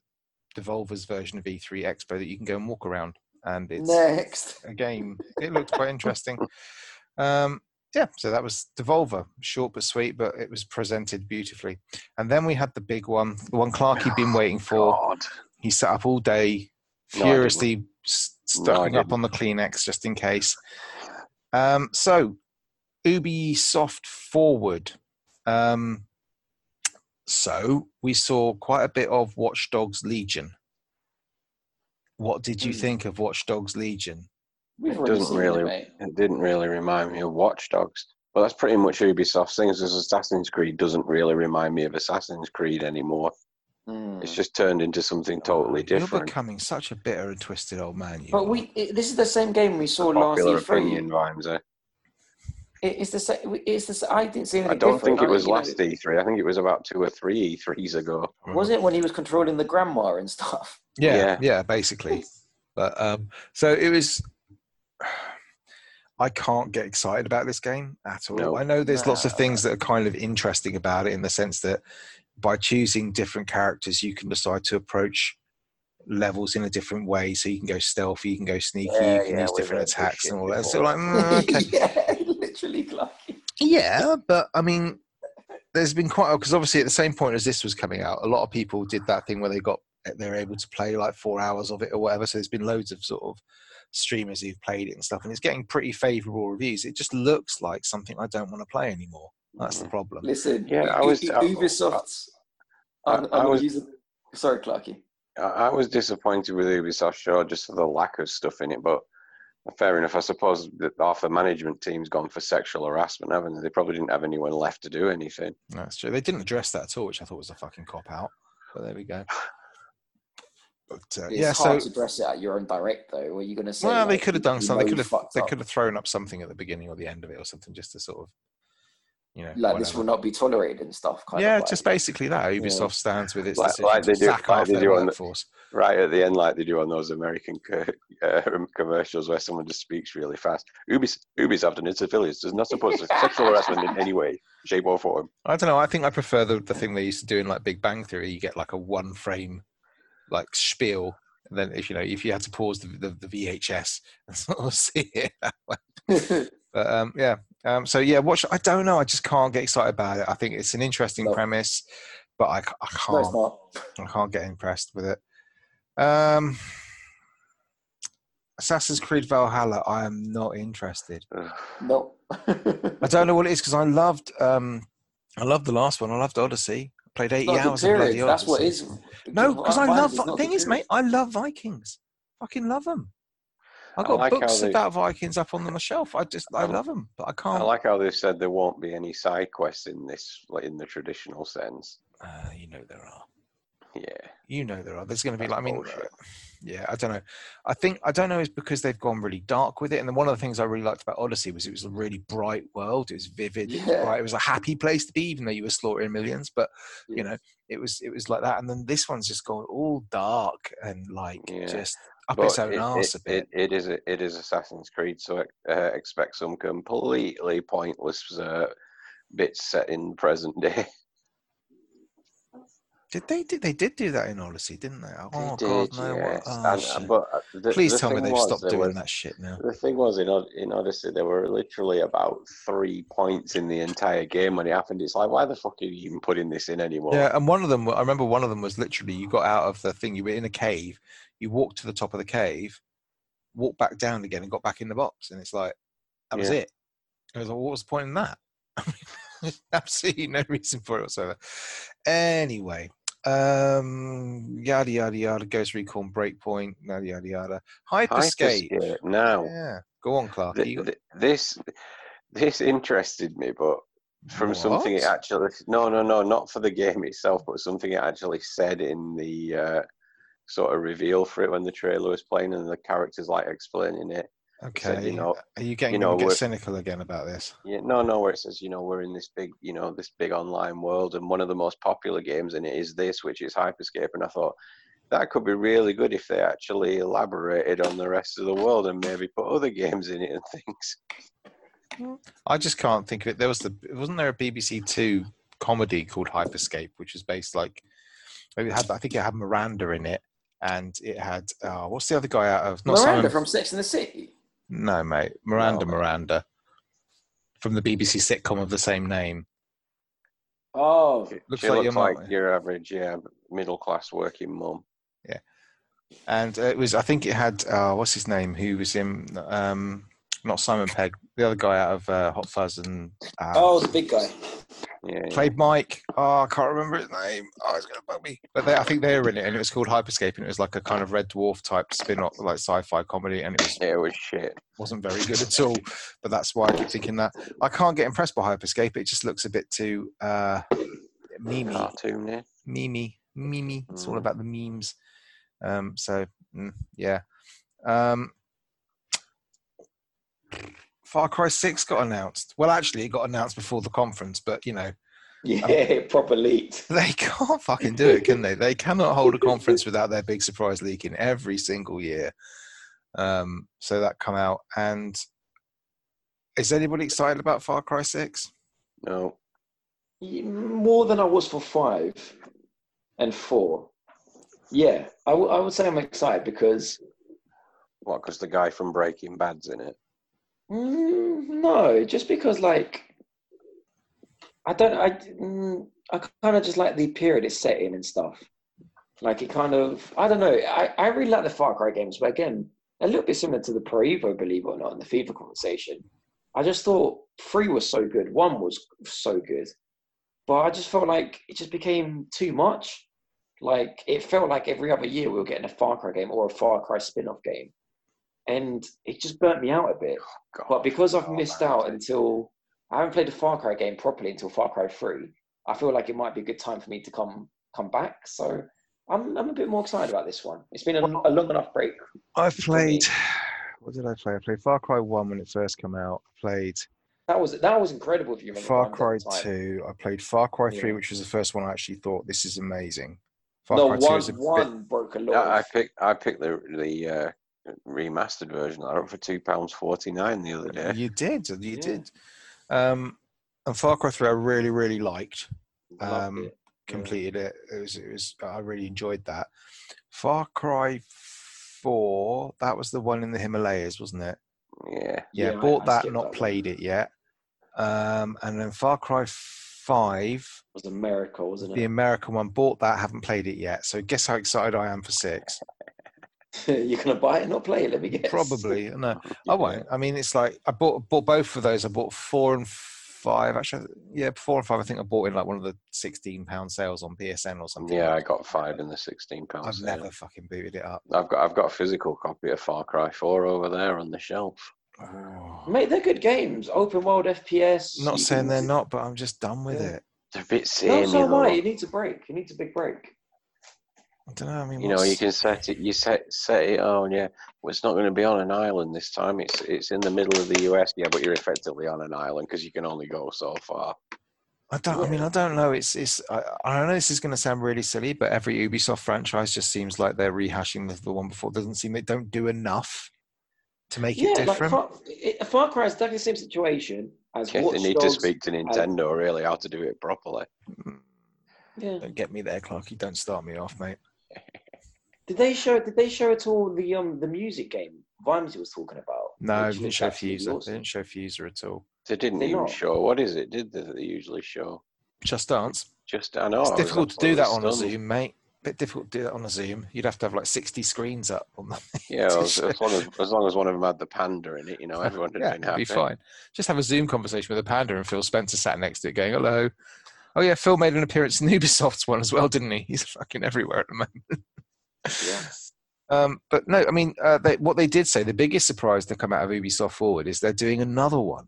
S3: Devolver's version of E3 Expo that you can go and walk around, and it's
S5: Next.
S3: a game. It looked quite interesting. Um, yeah, so that was Devolver, short but sweet, but it was presented beautifully. And then we had the big one, the one Clark had been waiting for.
S4: God.
S3: He sat up all day,
S4: No, I didn't.
S3: furiously s
S4: No, I
S3: stocking up
S4: didn't.
S3: on the Kleenex just in case. Um, so, Ubisoft Forward. Um, so, we saw quite a bit of Watch Dogs Legion. What did you
S5: Hmm.
S3: think of Watch Dogs Legion?
S5: We've
S4: It
S5: already
S4: doesn't
S5: seen
S4: really-
S5: it, mate.
S4: It didn't really remind me of Watch Dogs. Well, that's pretty much Ubisoft's thing. Is Assassin's Creed doesn't really remind me of Assassin's Creed anymore.
S5: Mm.
S4: It's just turned into something
S5: Oh,
S4: totally
S3: You're
S4: different.
S3: becoming such a bitter and twisted old man. You are.
S5: But we. It, this is the same game we saw last
S4: Popular
S5: E3.
S4: opinion, eh? Vimesy.
S5: It, it's the same. It's the. sa- I didn't see
S4: I
S5: anything
S4: don't
S5: different.
S4: think it
S5: I-
S4: was
S5: you know,
S4: last E3. I think it was about two or three E3s ago.
S5: Was it when he was controlling the grandma and stuff?
S3: Yeah, yeah,
S4: Yeah.
S3: basically. but um, so it was. I can't get excited about this game at all.
S4: No.
S3: I know there's lots of
S5: No.
S3: things that are kind of interesting about it in the sense that by choosing different characters, you can decide to approach levels in a different way. So you can go stealthy, you can go sneaky,
S4: Yeah,
S3: you can
S4: yeah,
S3: use
S4: we've
S3: different
S4: heard this
S3: attacks
S4: shit
S3: and all that. So
S4: before.
S3: like, mm, okay,
S5: yeah, literally, Clarky.
S3: yeah, but I mean, there's been quite because obviously at the same point as this was coming out, a lot of people did that thing where they got they're able to play like four hours of it or whatever. So there's been loads of sort of streamers who've played it and stuff, and it's getting pretty favourable reviews. It just looks like something I don't want to play anymore. That's the problem.
S5: Listen,
S4: Yeah, I
S5: U-
S4: was-
S5: U-
S4: I-
S5: Ubisoft's.
S4: I-
S5: un-
S4: I was-
S5: unusable- Sorry, Clarky.
S4: I I was disappointed with Ubisoft Show just for the lack of stuff in it, but fair enough. I suppose that half the management team's gone for sexual harassment, haven't they? They probably didn't have anyone left to do anything.
S3: That's true. They didn't address that at all, which I thought was a fucking cop out. But there we go. But uh,
S5: It's
S3: yeah, so
S5: hard to dress it at your own direct, though. Were you going to say?
S3: well, they
S5: like,
S3: could have
S5: you-
S3: done
S5: you
S3: something.
S5: know
S3: They
S5: you
S3: could have
S5: fucked
S3: they
S5: up?
S3: could have thrown up something at the beginning or the end of it or something just to sort of you know
S5: Like this
S3: whatever.
S5: will not be tolerated and stuff. Kind
S3: yeah,
S5: of like.
S3: just basically that. Ubisoft stands with its
S4: Like-
S3: decision
S4: like
S3: to
S4: they do-
S3: sack
S4: like
S3: half
S4: they
S3: their
S4: do on the-
S3: workforce.
S4: Right at the end, like they do on those American co- uh, commercials where someone just speaks really fast. Ubis, Ubisoft and its affiliates does not support sexual harassment in any way, shape, or form.
S3: I don't know. I think I prefer the, the thing they used to do in like Big Bang Theory. You get like a one frame like spiel. And then if you know if you had to pause the the, the VHS and sort of see it. But um, yeah, um, so yeah, watch. I don't know. I just can't get excited about it. I think it's an interesting
S5: No.
S3: premise, but I, ca- I
S5: no, it's
S3: can't.
S5: not.
S3: I can't get impressed with it. Um, Assassin's Creed Valhalla, I am not interested.
S5: No.
S3: I don't know what it is because I loved, um, I loved the last one. I loved Odyssey. I played eighty hours of bloody Odyssey.
S5: That's what it is.
S3: No,
S5: Well,
S3: because I
S5: mine
S3: love.
S5: is not the
S3: Thing is,
S5: period.
S3: mate, I love Vikings. Fucking love them.
S4: I
S3: I've got
S4: like how
S3: books
S4: they-
S3: about Vikings up on the shelf. I just, I
S4: I-
S3: love them, but I
S4: I
S3: can't.
S4: like how they've said there won't be any side quests in this, like, in the traditional sense.
S3: Uh, you know there are.
S4: Yeah.
S3: You know there are. There's going to be.
S4: That's
S3: Like, I mean,
S4: bullshit.
S3: yeah, I don't know. I think I don't know is because they've gone really dark with it. And then one of the things I really liked about Odyssey was it was a really bright world. It was vivid. It was
S5: Yeah.
S3: bright. It was a happy place to be, even though you were slaughtering millions. But you
S5: Yes.
S3: know, it was it was like that. And then this one's just gone all dark and like
S4: Yeah.
S3: just up
S4: But
S3: its own
S4: it-
S3: arse
S4: it-
S3: a bit.
S4: it- it is a- it is Assassin's Creed, so uh, expect some completely pointless uh, bits set in present day.
S3: Did they? Did they did do that in Odyssey, didn't they? Oh God, no!
S4: yes.
S3: What? Oh,
S4: And-
S3: shit.
S4: but uh, the,
S3: Please
S4: the
S3: tell me
S4: thing
S3: they've
S4: was,
S3: stopped
S4: there
S3: doing
S4: was-
S3: that shit now.
S4: The thing was, in, Od- in Odyssey, there were literally about three points in the entire game when it happened. It's like, why the fuck are you even putting this in anymore?
S3: Yeah, and one of them, I remember one of them was literally you got out of the thing, you were in a cave, you walked to the top of the cave, walked back down again, and got back in the box, and it's like that was
S4: Yeah.
S3: it. I was like, what was the point in that? Absolutely no reason for it whatsoever. Anyway, um, yada yada yada. Ghost Recon Breakpoint, yada yada yada. Hyperscape.
S4: Hyperscape, Now,
S3: Yeah, go on, Clark.
S4: Th- th- this this interested me, but from something it
S3: What?
S4: actually no no no not for the game itself, but something it actually said in the uh, sort of reveal for it when the trailer was playing and the characters like explaining it.
S3: Okay.
S4: Said, you know,
S3: Are you getting
S4: you
S3: gonna
S4: know,
S3: get
S4: we're-
S3: cynical again about this?
S4: yeah, no, no, where it says, you know, we're in this big, you know, this big online world, and one of the most popular games in it is this, which is Hyperscape. And I thought that could be really good if they actually elaborated on the rest of the world and maybe put other games in it and things.
S3: I just can't think of it. There was the wasn't there a BBC Two comedy called Hyperscape, which was based like it had I think it had Miranda in it, and it had uh, what's the other guy out of not
S5: Miranda
S3: Simon-
S5: from Sex and the City.
S3: no mate Miranda
S4: No.
S3: Miranda from the BBC sitcom of the same name.
S5: Oh,
S4: She-
S3: Looks
S4: she
S3: like your
S4: looks
S3: mum. eh?
S4: like your average yeah, middle class working mum.
S3: and uh, it was I think it had uh, what's his name who was in um, not Simon Pegg, the other guy out of uh, Hot Fuzz and uh,
S5: oh, the big guy.
S4: Yeah, yeah.
S3: played Mike. Oh, I can't remember his name. Oh, it's gonna bug me. But they, I think they were in it, and it was called Hyperscape, and it was like a kind of Red Dwarf type spin-off, like sci-fi comedy, and it was
S4: Yeah, it was shit.
S3: wasn't very good at all. But that's why I keep thinking that I can't get impressed by Hyperscape. It just looks a bit too uh, memey
S4: Cartoon, eh? yeah.
S3: meme, meme. It's all
S4: Mm.
S3: about the memes. Um, so mm, yeah. Um, Far Cry Six got announced. Well, actually, it got announced before the conference, but you know
S5: Yeah, proper leaked.
S3: they can't fucking do it, can they? They cannot hold a conference without their big surprise leaking every single year. Um, so that come out, and is anybody excited about Far Cry Six?
S4: No,
S5: More than I was for five and four. Yeah, I, w- I would say I'm excited because
S4: what? Because the guy from Breaking Bad's in it.
S5: Mm, no, just because like I don't I mm, I kind of just like the period it's set in and stuff. Like it kind of I don't know. I I really like the Far Cry games, but again, a little bit similar to the Pro Evo, believe it or not, in the FIFA conversation. I just thought three was so good, one was so good, but I just felt like it just became too much. Like it felt like every other year we were getting a Far Cry game or a Far Cry spin-off game, and it just burnt me out a bit.
S4: God,
S5: But because I've
S4: oh,
S5: missed
S4: man.
S5: out until I haven't played a Far Cry game properly until Far Cry Three, I feel like it might be a good time for me to come come back. So I'm I'm a bit more excited about this one. It's been a, a long enough break.
S3: I've
S5: played-
S3: What did I play? I played Far Cry One when it first came out. I played
S5: That was that was incredible. If you remember,
S3: Far
S5: Grimes at
S3: Cry
S5: the time.
S3: Two. I played Far Cry Three,
S5: Yeah.
S3: which was the first one I actually thought this is amazing. Far
S5: no,
S3: Cry
S5: one
S3: is a bit-
S5: one broke a lot.
S4: I, I
S5: of-
S4: picked I picked the the uh, remastered version. I got it for two pounds forty nine the other day.
S3: You did, you
S5: Yeah.
S3: did. Um, and Far Cry Three, I really, really liked.
S5: I loved
S3: um,
S5: it. Yeah.
S3: Completed it. It was, it was. I really enjoyed that. Far Cry Four. That was the one in the Himalayas, wasn't it?
S4: Yeah,
S3: Yeah,
S5: Yeah, I-
S3: bought
S5: I
S3: that,
S5: skipped
S3: not
S5: that one.
S3: played it yet. Um, and then Far Cry Five,
S5: It was America, wasn't
S3: the
S5: it?
S3: American one, bought that, haven't played it yet. So guess how excited I am for six.
S5: You're gonna buy it, not play it. Let me guess.
S3: Probably. No, I won't. I mean, it's like I bought bought both of those. I bought four and five. Actually, yeah, four and five. I think I bought in like one of the sixteen pound sales on PSN or something.
S4: Um, Yeah, I got five in the sixteen pounds.
S3: I've never fucking booted it up.
S4: I've got I've got a physical copy of Far Cry Four over there on the shelf.
S5: Mate, they're good games. Open world FPS.
S3: Not
S5: you
S3: saying
S5: Oh. can-
S3: they're not, but I'm just done with
S5: Yeah.
S3: it.
S4: They're a bit
S5: No,
S4: samey
S5: so am
S4: though.
S5: I. You need a break. You need a big break.
S3: I don't know. I mean,
S4: You know, you
S3: what's-
S4: can set it. You set set it on. Yeah, well, it's not going to be on an island this time. It's it's in the middle of the US. Yeah, but you're effectively on an island because you can only go so far.
S3: I don't. I
S5: Yeah.
S3: mean, I don't know. It's. It's. I, I know this is going to sound really silly, but every Ubisoft franchise just seems like they're rehashing the, the one before. Doesn't seem they don't do enough to make it
S5: yeah, like
S3: different.
S5: Far, it- Far Cry is definitely the same situation as
S4: Okay,
S5: Watch
S4: they need
S5: Dogs.
S4: to speak to Nintendo really how to do it properly.
S5: Yeah.
S3: don't get me there, Clarky. Don't start me off, mate.
S5: Did they show? Did they show at all the um the music game Vimesy was talking about?
S3: No,
S5: which
S3: they didn't
S5: looks
S3: show
S5: absolutely
S3: Fuser. They
S5: awesome.
S3: didn't show Fuser at all.
S4: They didn't
S5: They're
S4: even
S5: not.
S4: show. What is it? Did they, that they usually show?
S3: Just Dance.
S4: Just I know
S3: it's
S4: I Oh, was
S3: difficult to do that on a
S4: absolutely stunned.
S3: Zoom, mate. Bit difficult to do that on a Zoom. You'd have to have like sixty screens up on that.
S4: Yeah,
S3: to
S4: as, as
S3: show.
S4: long as as long as one of them had the panda in it, you know, everyone would
S3: yeah,
S4: have been
S3: it'd
S4: happy.
S3: be fine. Just have a Zoom conversation with a panda and Phil Spencer sat next to it going, hello. Oh, yeah, Phil made an appearance in Ubisoft's one as well, didn't he? He's fucking everywhere at the moment. Um, but no, I mean, uh, they, what they did say, the biggest surprise to come out of Ubisoft Forward is they're doing another one.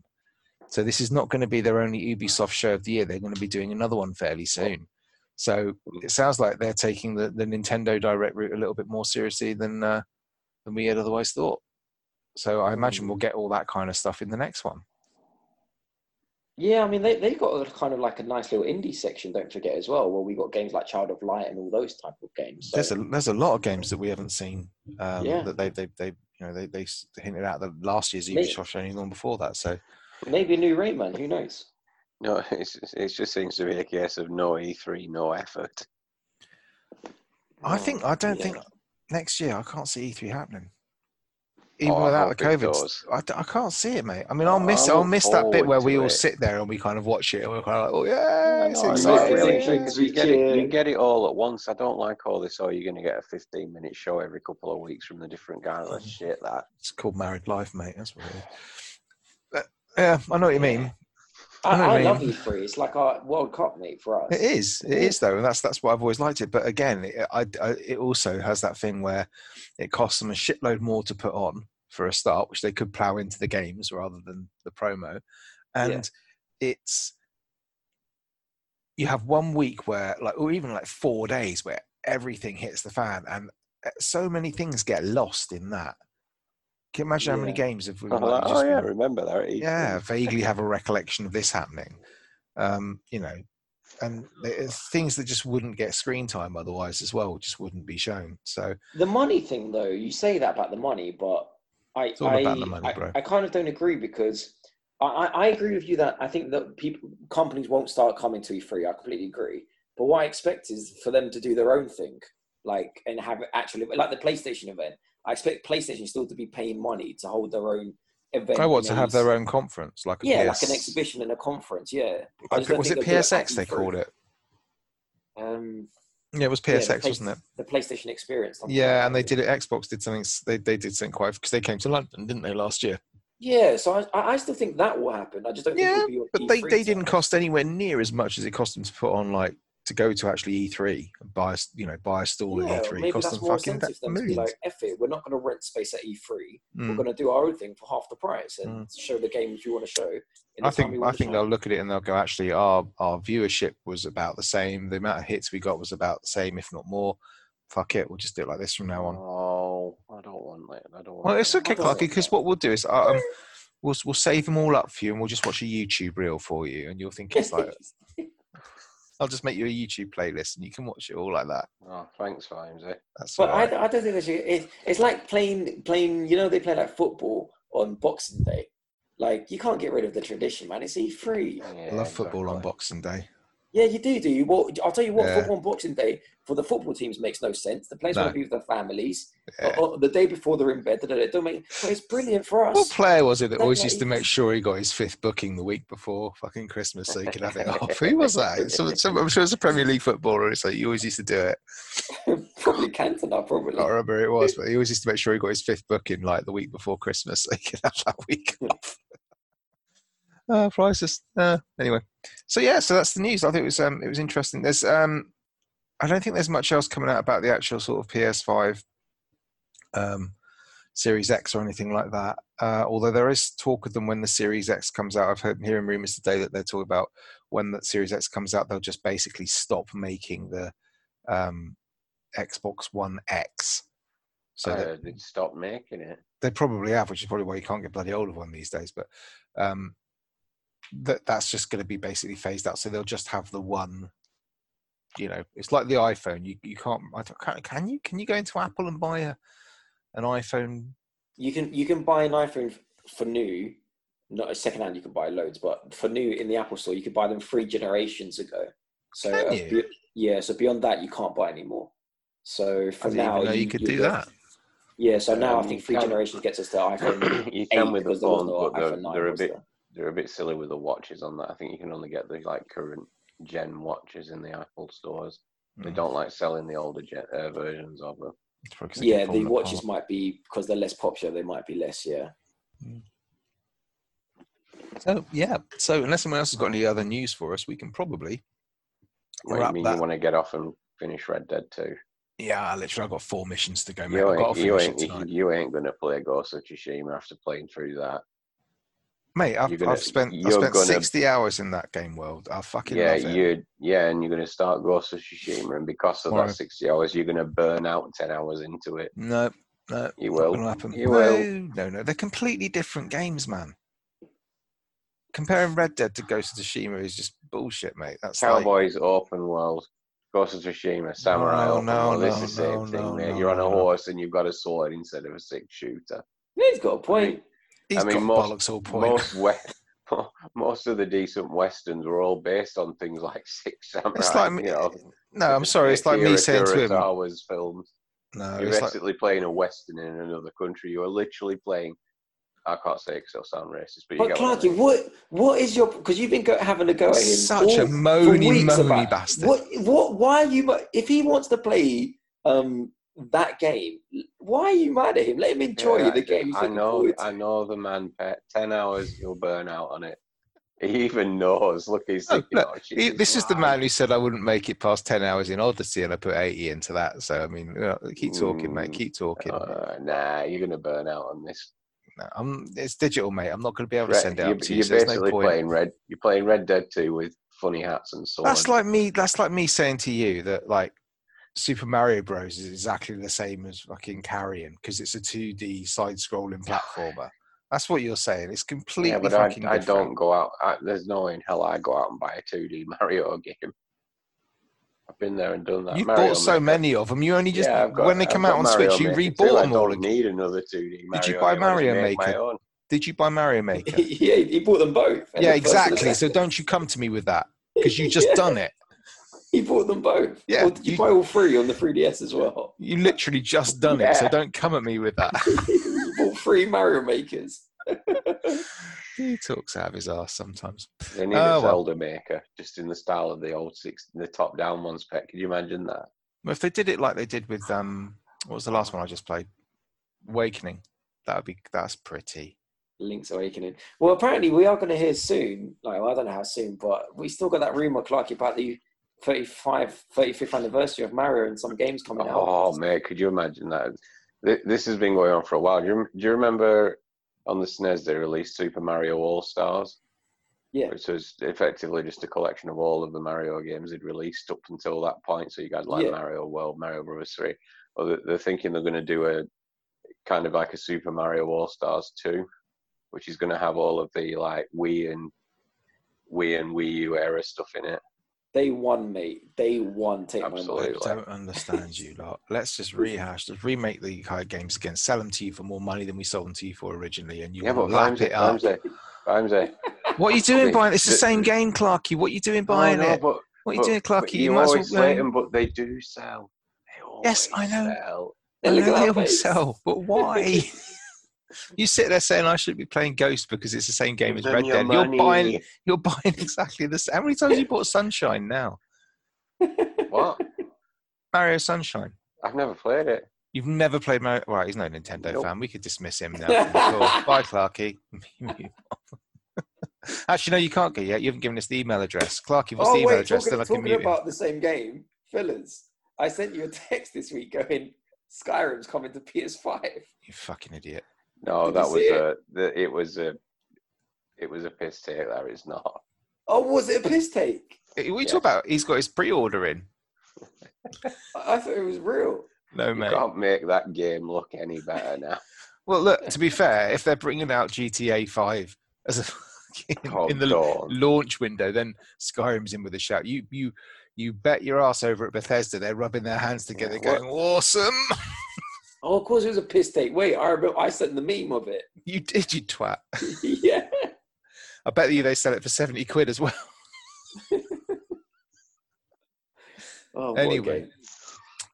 S3: So this is not going to be their only Ubisoft show of the year. They're going to be doing another one fairly soon. So it sounds like they're taking the, the Nintendo Direct route a little bit more seriously than uh, than we had otherwise thought. So I imagine we'll get all that kind of stuff in the next one.
S5: Yeah, I mean they they got a kind of like a nice little indie section. Don't forget as well, where we got games like Child of Light and all those type of games. So,
S3: there's a there's a lot of games that we haven't seen um,
S5: Yeah.
S3: that they they they you know they they s- hinted at the last year's
S5: Maybe-
S3: Ubisoft show and even before that. So
S5: maybe a new Rayman. Who knows?
S4: No, it's it just seems to be a case of no E3, no effort. Oh,
S3: I think I don't
S5: yeah.
S3: think next year I can't see E3 happening. Even
S4: Oh, I
S3: without
S4: hope
S3: the
S4: it
S3: COVID,
S4: does.
S3: st- I, d- I can't see it, mate. I mean, I'll
S4: Oh,
S3: miss
S4: I
S3: I'll
S4: look
S3: miss that bit where
S4: forward
S3: we
S4: to
S3: all
S4: it.
S3: sit there and we kind of watch it and we're kind of like, oh yeah, it's
S5: no, I'm
S4: Not
S3: exciting.
S5: excited.
S4: really,
S5: Yeah.
S4: because you get it, you
S5: Yeah.
S4: get it all at once. I don't like all this. Oh, you're going to get a 15 minute show every couple of weeks from the different guy. That
S3: Mm.
S4: shit, that.
S3: It's called married life, mate. That's what it is. But, yeah, I know what you mean. I
S5: I,
S3: know what you
S5: I,
S3: mean.
S5: love E3. It's like our World Cup, mate, for us.
S3: It is. It is though, and that's that's why I've always liked it. But again, it, I, I, it also has that thing where it costs them a shitload more to put on for a start, which they could plow into the games rather than the promo, and it's you have one week where like or even like four days where everything hits the fan and uh, so many things get lost in that can you imagine how many
S5: Yeah.
S3: games have we
S4: I'm
S3: like,
S4: like,
S3: just
S4: oh yeah,
S3: been-
S4: remember that? at E3."
S3: yeah, vaguely have a recollection of this happening. Um, you know, and the- it's things that just wouldn't get screen time otherwise as well just wouldn't be shown. So
S5: The money thing, though, you say that about the money, but I
S3: all
S5: I,
S3: about the money,
S5: I,
S3: bro.
S5: I kind of don't agree because I, I, I agree with you that I think that people companies won't start coming to E3. I completely agree. But what I expect is for them to do their own thing, like and have it actually like the PlayStation event. I expect PlayStation still to be paying money to hold their own event.
S3: I want
S5: you
S3: to
S5: know,
S3: have
S5: you
S3: their
S5: s-
S3: own conference, like a
S5: Yeah,
S3: PS.
S5: like an exhibition and a conference. Yeah,
S3: I
S5: I just
S3: think-
S5: don't
S3: was
S5: think
S3: it
S5: they'll do that at
S3: PSX they
S5: E3.
S3: called it?
S5: Um,
S3: Yeah, it was
S5: yeah, the
S3: PSX, wasn't
S5: Play-
S3: it?
S5: The PlayStation Experience. something like
S3: Yeah,
S5: that.
S3: and they did it. Xbox did something. s- They they did something quite because they came to London, didn't they, last year?
S5: Yeah, so I- I, I still think that will happen. I just don't
S3: Yeah,
S5: think it'll be E
S3: But they, they didn't cost anywhere near as much as it cost them to put on like to go to actually E3 and buy a s- you know buy a stall
S5: yeah,
S3: in
S5: or
S3: E3.
S5: maybe
S3: E cost
S5: that's
S3: them
S5: more
S3: fucking
S5: incentive for them to be
S3: millions.
S5: like, F it, we're not going to rent space at E3. We're
S3: Mm.
S5: going to do our own thing for half the price and show the games you want to show. In
S3: I
S5: the time
S3: think
S5: you
S3: I
S5: want to
S3: think
S5: show.
S3: they'll look at it and they'll go, actually, our our viewership was about the same. The amount of hits we got was about the same, if not more. Fuck it, we'll just do it like this from now on.
S4: Oh, I don't want that. I don't want.
S3: Well, it's
S4: that.
S3: okay,
S5: don't
S3: Clarky,
S5: think
S3: because what we'll do is uh, um, we'll we'll save them all up for you, and we'll just watch a YouTube reel for you, and you'll think it's like I'll just make you a YouTube playlist, and you can watch it all like that.
S4: Oh, thanks, Vimesy.
S3: That's all
S5: but
S3: right.
S5: I, I don't think they should. It, it's like playing, playing. you know, they play like football on Boxing Day. Like, you can't get rid of the tradition, man. It's E E3.
S3: I love football on Boxing Day.
S5: Yeah, you do, do you? Well, I'll tell you what,
S3: Yeah.
S5: football on Boxing Day for the football teams makes no sense. The players
S3: No.
S5: want to be with their families.
S3: Yeah.
S5: Oh, oh, the day before they're in bed, da, da, da, don't make. But it's brilliant for us.
S3: What player was it that
S5: Don't
S3: always
S5: let
S3: used to
S5: you-
S3: make sure he got his fifth booking the week before fucking Christmas so he could have it off? Who was that? Some, some, I'm sure it's a Premier League footballer. It's like you always used to do it.
S5: Probably Cantona, probably.
S3: I can't remember who it was, but he always used to make sure he got his fifth booking like the week before Christmas so he could have that week off. Uh, prices. Uh, anyway, so yeah, so that's the news. I think it was um, it was interesting. There's um, I don't think there's much else coming out about the actual sort of PS5 um, Series X or anything like that. Uh, although there is talk of them when the Series X comes out. I've heard hearing rumors today that they're talking about when that Series X comes out, they'll just basically stop making the um, Xbox One X. So
S5: Oh,
S3: that-
S4: Uh, they'd stop making it.
S3: they probably have, which is probably why you can't get bloody hold of one these days. But um, that that's just going to be basically phased out. So they'll just have the one. You know, it's like the iPhone. You you can't. I don't, can, can you can you go into Apple and buy a an iPhone?
S5: You can you can buy an iPhone f- for new, not a second hand. You can buy loads, but for new in the Apple Store, you could buy them three generations ago. So
S3: Can
S5: uh,
S3: you?
S5: be- yeah, so beyond that, you can't buy anymore. So
S3: I
S5: for
S3: didn't
S5: now,
S3: even know you could
S5: you'll
S3: do
S5: get-
S3: that.
S5: Yeah, so now
S4: Um,
S5: I think
S4: you
S5: three
S4: can-
S5: generations gets us to iPhone
S4: you
S5: eight
S4: can with the
S5: because there was
S4: phones,
S5: no
S4: but they're,
S5: iPhone 9
S4: they're a
S5: was
S4: bit
S5: there?
S4: they're a bit silly with the watches on that. I think you can only get the like current gen watches in the Apple stores. They
S3: Mm.
S4: don't like selling the older gen, uh, versions of them.
S3: It's probably 'cause they keep
S5: Yeah, the
S3: falling
S5: watches
S3: apart.
S5: might be because they're less popular. They might be less. Yeah.
S3: So Oh, yeah. So unless someone else has got any other news for us, we can probably.
S4: What do
S3: wrap
S4: you mean
S3: that.
S4: you want to get off and finish Red Dead 2?
S3: Yeah, literally, I've got four missions to go, mate.
S4: You
S3: I've got
S4: ain't,
S3: to
S4: you
S3: finish it
S4: ain't,
S3: tonight,
S4: you ain't going to play Ghost of Tsushima after playing through that.
S3: mate. I've,
S4: you're gonna-
S3: I've spent
S4: you're
S3: I've spent
S4: gonna-
S3: sixty hours in that game world. I fucking
S4: yeah,
S3: love it.
S4: you yeah, and you're going to start Ghost of Tsushima, and because of
S3: Why?
S4: that 60 hours, you're going to burn out 10 hours into it.
S3: No, no,
S4: You
S3: not
S4: will.
S3: gonna happen.
S4: You
S3: no,
S4: will.
S3: no, no. They're completely different games, man. Comparing Red Dead to Ghost of Tsushima is just bullshit, mate. That's like,
S4: Cowboys, open world, Ghost of Tsushima, Samurai,
S3: No,
S4: open
S3: no,
S4: world. It's
S3: no,
S4: the same
S3: no,
S4: thing,
S3: no,
S4: mate.
S3: no,
S4: You're on
S3: no,
S4: a
S3: no.
S4: horse and you've got a sword instead of a six shooter.
S5: Yeah, he's got a point.
S3: he's
S4: mean,
S3: got
S4: most-
S3: bollocks all point.
S4: Most West, most of the decent westerns were all based on things like Six Samurai.
S3: it's like me,
S4: you know,
S3: no, I'm sorry. It's like me
S4: Akira
S3: saying to him,
S4: Kurosawa's films.
S3: no,
S4: You're
S3: it's like,
S4: basically playing a western in another country. You are literally playing. I can't say because it'll sound racist, but you
S5: But
S4: get what I
S5: Clarky,
S4: mean.
S5: what what is your? Because you've been go, having a go at him.
S3: Such a
S5: all- for
S3: moany,
S5: weeks
S3: moany
S5: about-
S3: bastard.
S5: What what? Why are you? mu- If he wants to play um that game, why are you mad at him? Let him enjoy
S4: Yeah,
S5: the game. he's
S4: I
S5: looking
S4: know,
S5: forward to.
S4: I know the man. Pet ten hours, he'll burn out on it. He even knows. Look, he's
S3: Oh,
S4: thinking,
S3: look,
S4: oh, shit,
S3: He-
S4: he's
S3: this is the
S4: lying."
S3: man who said I wouldn't make it past ten hours in Odyssey, and I put eighty into that. So I mean, you know, keep talking, mate.
S4: Mm.
S3: Keep talking.
S4: Uh, nah, you're gonna burn out on this.
S3: No, I'm, it's digital, mate. I'm not going to be able to
S4: Red-
S3: send it
S4: you're
S3: out to you.
S4: you're
S3: So there's no
S4: basically
S3: point.
S4: playing red. You're playing Red Dead Two with funny hats and swords.
S3: That's like me. That's like me saying to you that like Super Mario Bros is exactly the same as fucking Carrion because it's a 2D side-scrolling platformer. That's what you're saying. It's completely
S4: yeah, but I,
S3: fucking
S4: I
S3: different.
S4: don't go out. I, there's no way in hell I go out and buy a 2D Mario game. I've been there and done that.
S3: You
S4: Mario
S3: bought so
S4: Maker.
S3: many of them. You only just
S4: Yeah, I've got,
S3: when they
S4: I've
S3: come
S4: got
S3: out on
S4: Mario
S3: Switch, you
S4: Maker
S3: rebought
S4: too. I
S3: them all
S4: don't
S3: again.
S4: need another 2D Mario
S3: buy
S4: game. I just
S3: Mario
S4: make My
S3: Maker?
S4: own.
S3: Did you buy Mario Maker?
S5: yeah, he bought them both. and
S3: yeah,
S5: the first and the
S3: exactly. So
S5: second.
S3: don't you come to me with that because you just
S5: Yeah,
S3: done it.
S5: He bought them both.
S3: Yeah,
S5: Or did you,
S3: you-
S5: buy all three on the 3DS as well?
S3: You literally just done it. So
S4: Yeah.
S3: don't come at me with that.
S5: you bought three Mario Makers.
S3: he talks out of his ass sometimes.
S4: They need
S3: Oh, well.
S4: a Zelda Maker, just in the style of the old six, the top-down ones. Pet, could you imagine that?
S3: Well, if they did it like they did with um, what was the last one I just played? Awakening. That would be that's pretty.
S5: Link's Awakening. Well, apparently we are going to hear soon. Like, well, I don't know how soon, but we still got that rumor, Clarky, about the 35, 35th anniversary of Mario and some games coming
S4: Oh
S5: out.
S4: mate, could you imagine that? Th- This has been going on for a while. Do you, rem- do you remember on the SNES they released Super Mario All Stars?
S5: Yeah.
S4: Which was effectively just a collection of all of the Mario games they'd released up until that point. So you guys like
S5: Yeah.
S4: Mario World, Mario Brothers Three. Well, they- they're thinking they're going to do a kind of like a Super Mario All Stars Two, which is going to have all of the like Wii and Wii and Wii U era stuff in it.
S5: They won, mate. They won. Take
S4: Absolutely.
S3: I
S5: my money.
S4: Wait, what?
S3: don't understand you lot. Let's just rehash, just remake the card games again. Sell them to you for more money than we sold them to you for originally, and you
S4: Yeah,
S3: will
S4: but
S3: lap
S4: Vimesy,
S3: it up.
S4: Vimesy, Vimesy.
S3: What are you doing
S4: Wait,
S3: buying? It's the
S4: the-
S3: same game, Clarky. What are you doing
S4: Oh,
S3: buying
S4: no,
S3: it?
S4: but
S3: What are you
S4: But-
S3: doing,
S4: but
S3: Clarky? You,
S4: you
S3: might
S4: always
S3: as well.
S4: slate
S3: um,
S4: 'em, but they do sell. They always
S3: Yes, I know.
S4: Sell.
S3: I
S5: Look
S3: know they
S5: at that
S3: always
S5: face.
S3: sell, but why? you sit there saying I should be playing Ghost because it's the same game as
S4: Give them
S3: Red
S4: your
S3: Dead. You're buying,
S4: money.
S3: you're buying exactly the same. How many times have you bought Sunshine now?
S4: what?
S3: Mario Sunshine.
S4: I've never played it.
S3: You've never played Mario. Right, he's no Nintendo
S4: Nope.
S3: fan. We could dismiss him now. from the call. Bye, Clarky. Actually, no, you can't go yet. You haven't given us the email address. Clarky, what's the
S5: oh
S3: email
S5: wait,
S3: address?
S5: talking,
S3: Then I can
S5: talking
S3: mute him.
S5: about the same game, fellas. I sent you a text this week going, "Skyrim's coming to PS5."
S3: You fucking idiot.
S4: No,
S5: Did you
S4: that was
S5: see it?
S4: a the, it was a it was a piss take. That is not.
S5: Oh, was it a piss take?
S3: Eh, What are you
S4: Yes.
S3: talking about? He's got his pre-order in.
S5: I, I thought it was real.
S3: No,
S4: You
S3: mate.
S4: can't make that game look any better now.
S3: Well, look. To be fair, if they're bringing out GTA Five as a fucking,
S4: Oh,
S3: in the
S4: dawn.
S3: launch window, then Skyrim's in with a shout. You, you, you bet your ass over at Bethesda. They're rubbing their hands together,
S4: Yeah, what-
S3: going, "Awesome!
S5: Oh, of course it was a piss take. Wait, I remember I sent the meme of it.
S3: You did, you twat."
S5: yeah.
S3: I bet you they sell it for seventy quid as well.
S5: Oh, what a
S3: Anyway.
S5: game.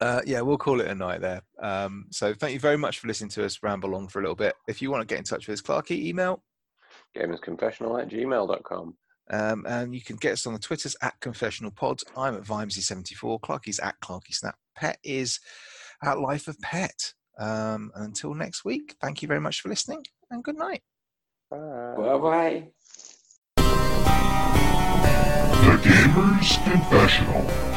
S3: Uh, yeah, we'll call it a night there. Um, so thank you very much for listening to us ramble on for a little bit. If you want to get in touch with us, Clarky, email.
S4: Gamersconfessional at gmail.com.
S3: Um, and you can get us on the Twitters at Confessional Pod. I'm at Vimesy74. Clarky's at Clarky Snap. Pet is at Life of Pet. Um, and until next week, thank you very much for listening and good night.
S4: Bye.
S5: Bye bye.
S8: The Gamer's Confessional.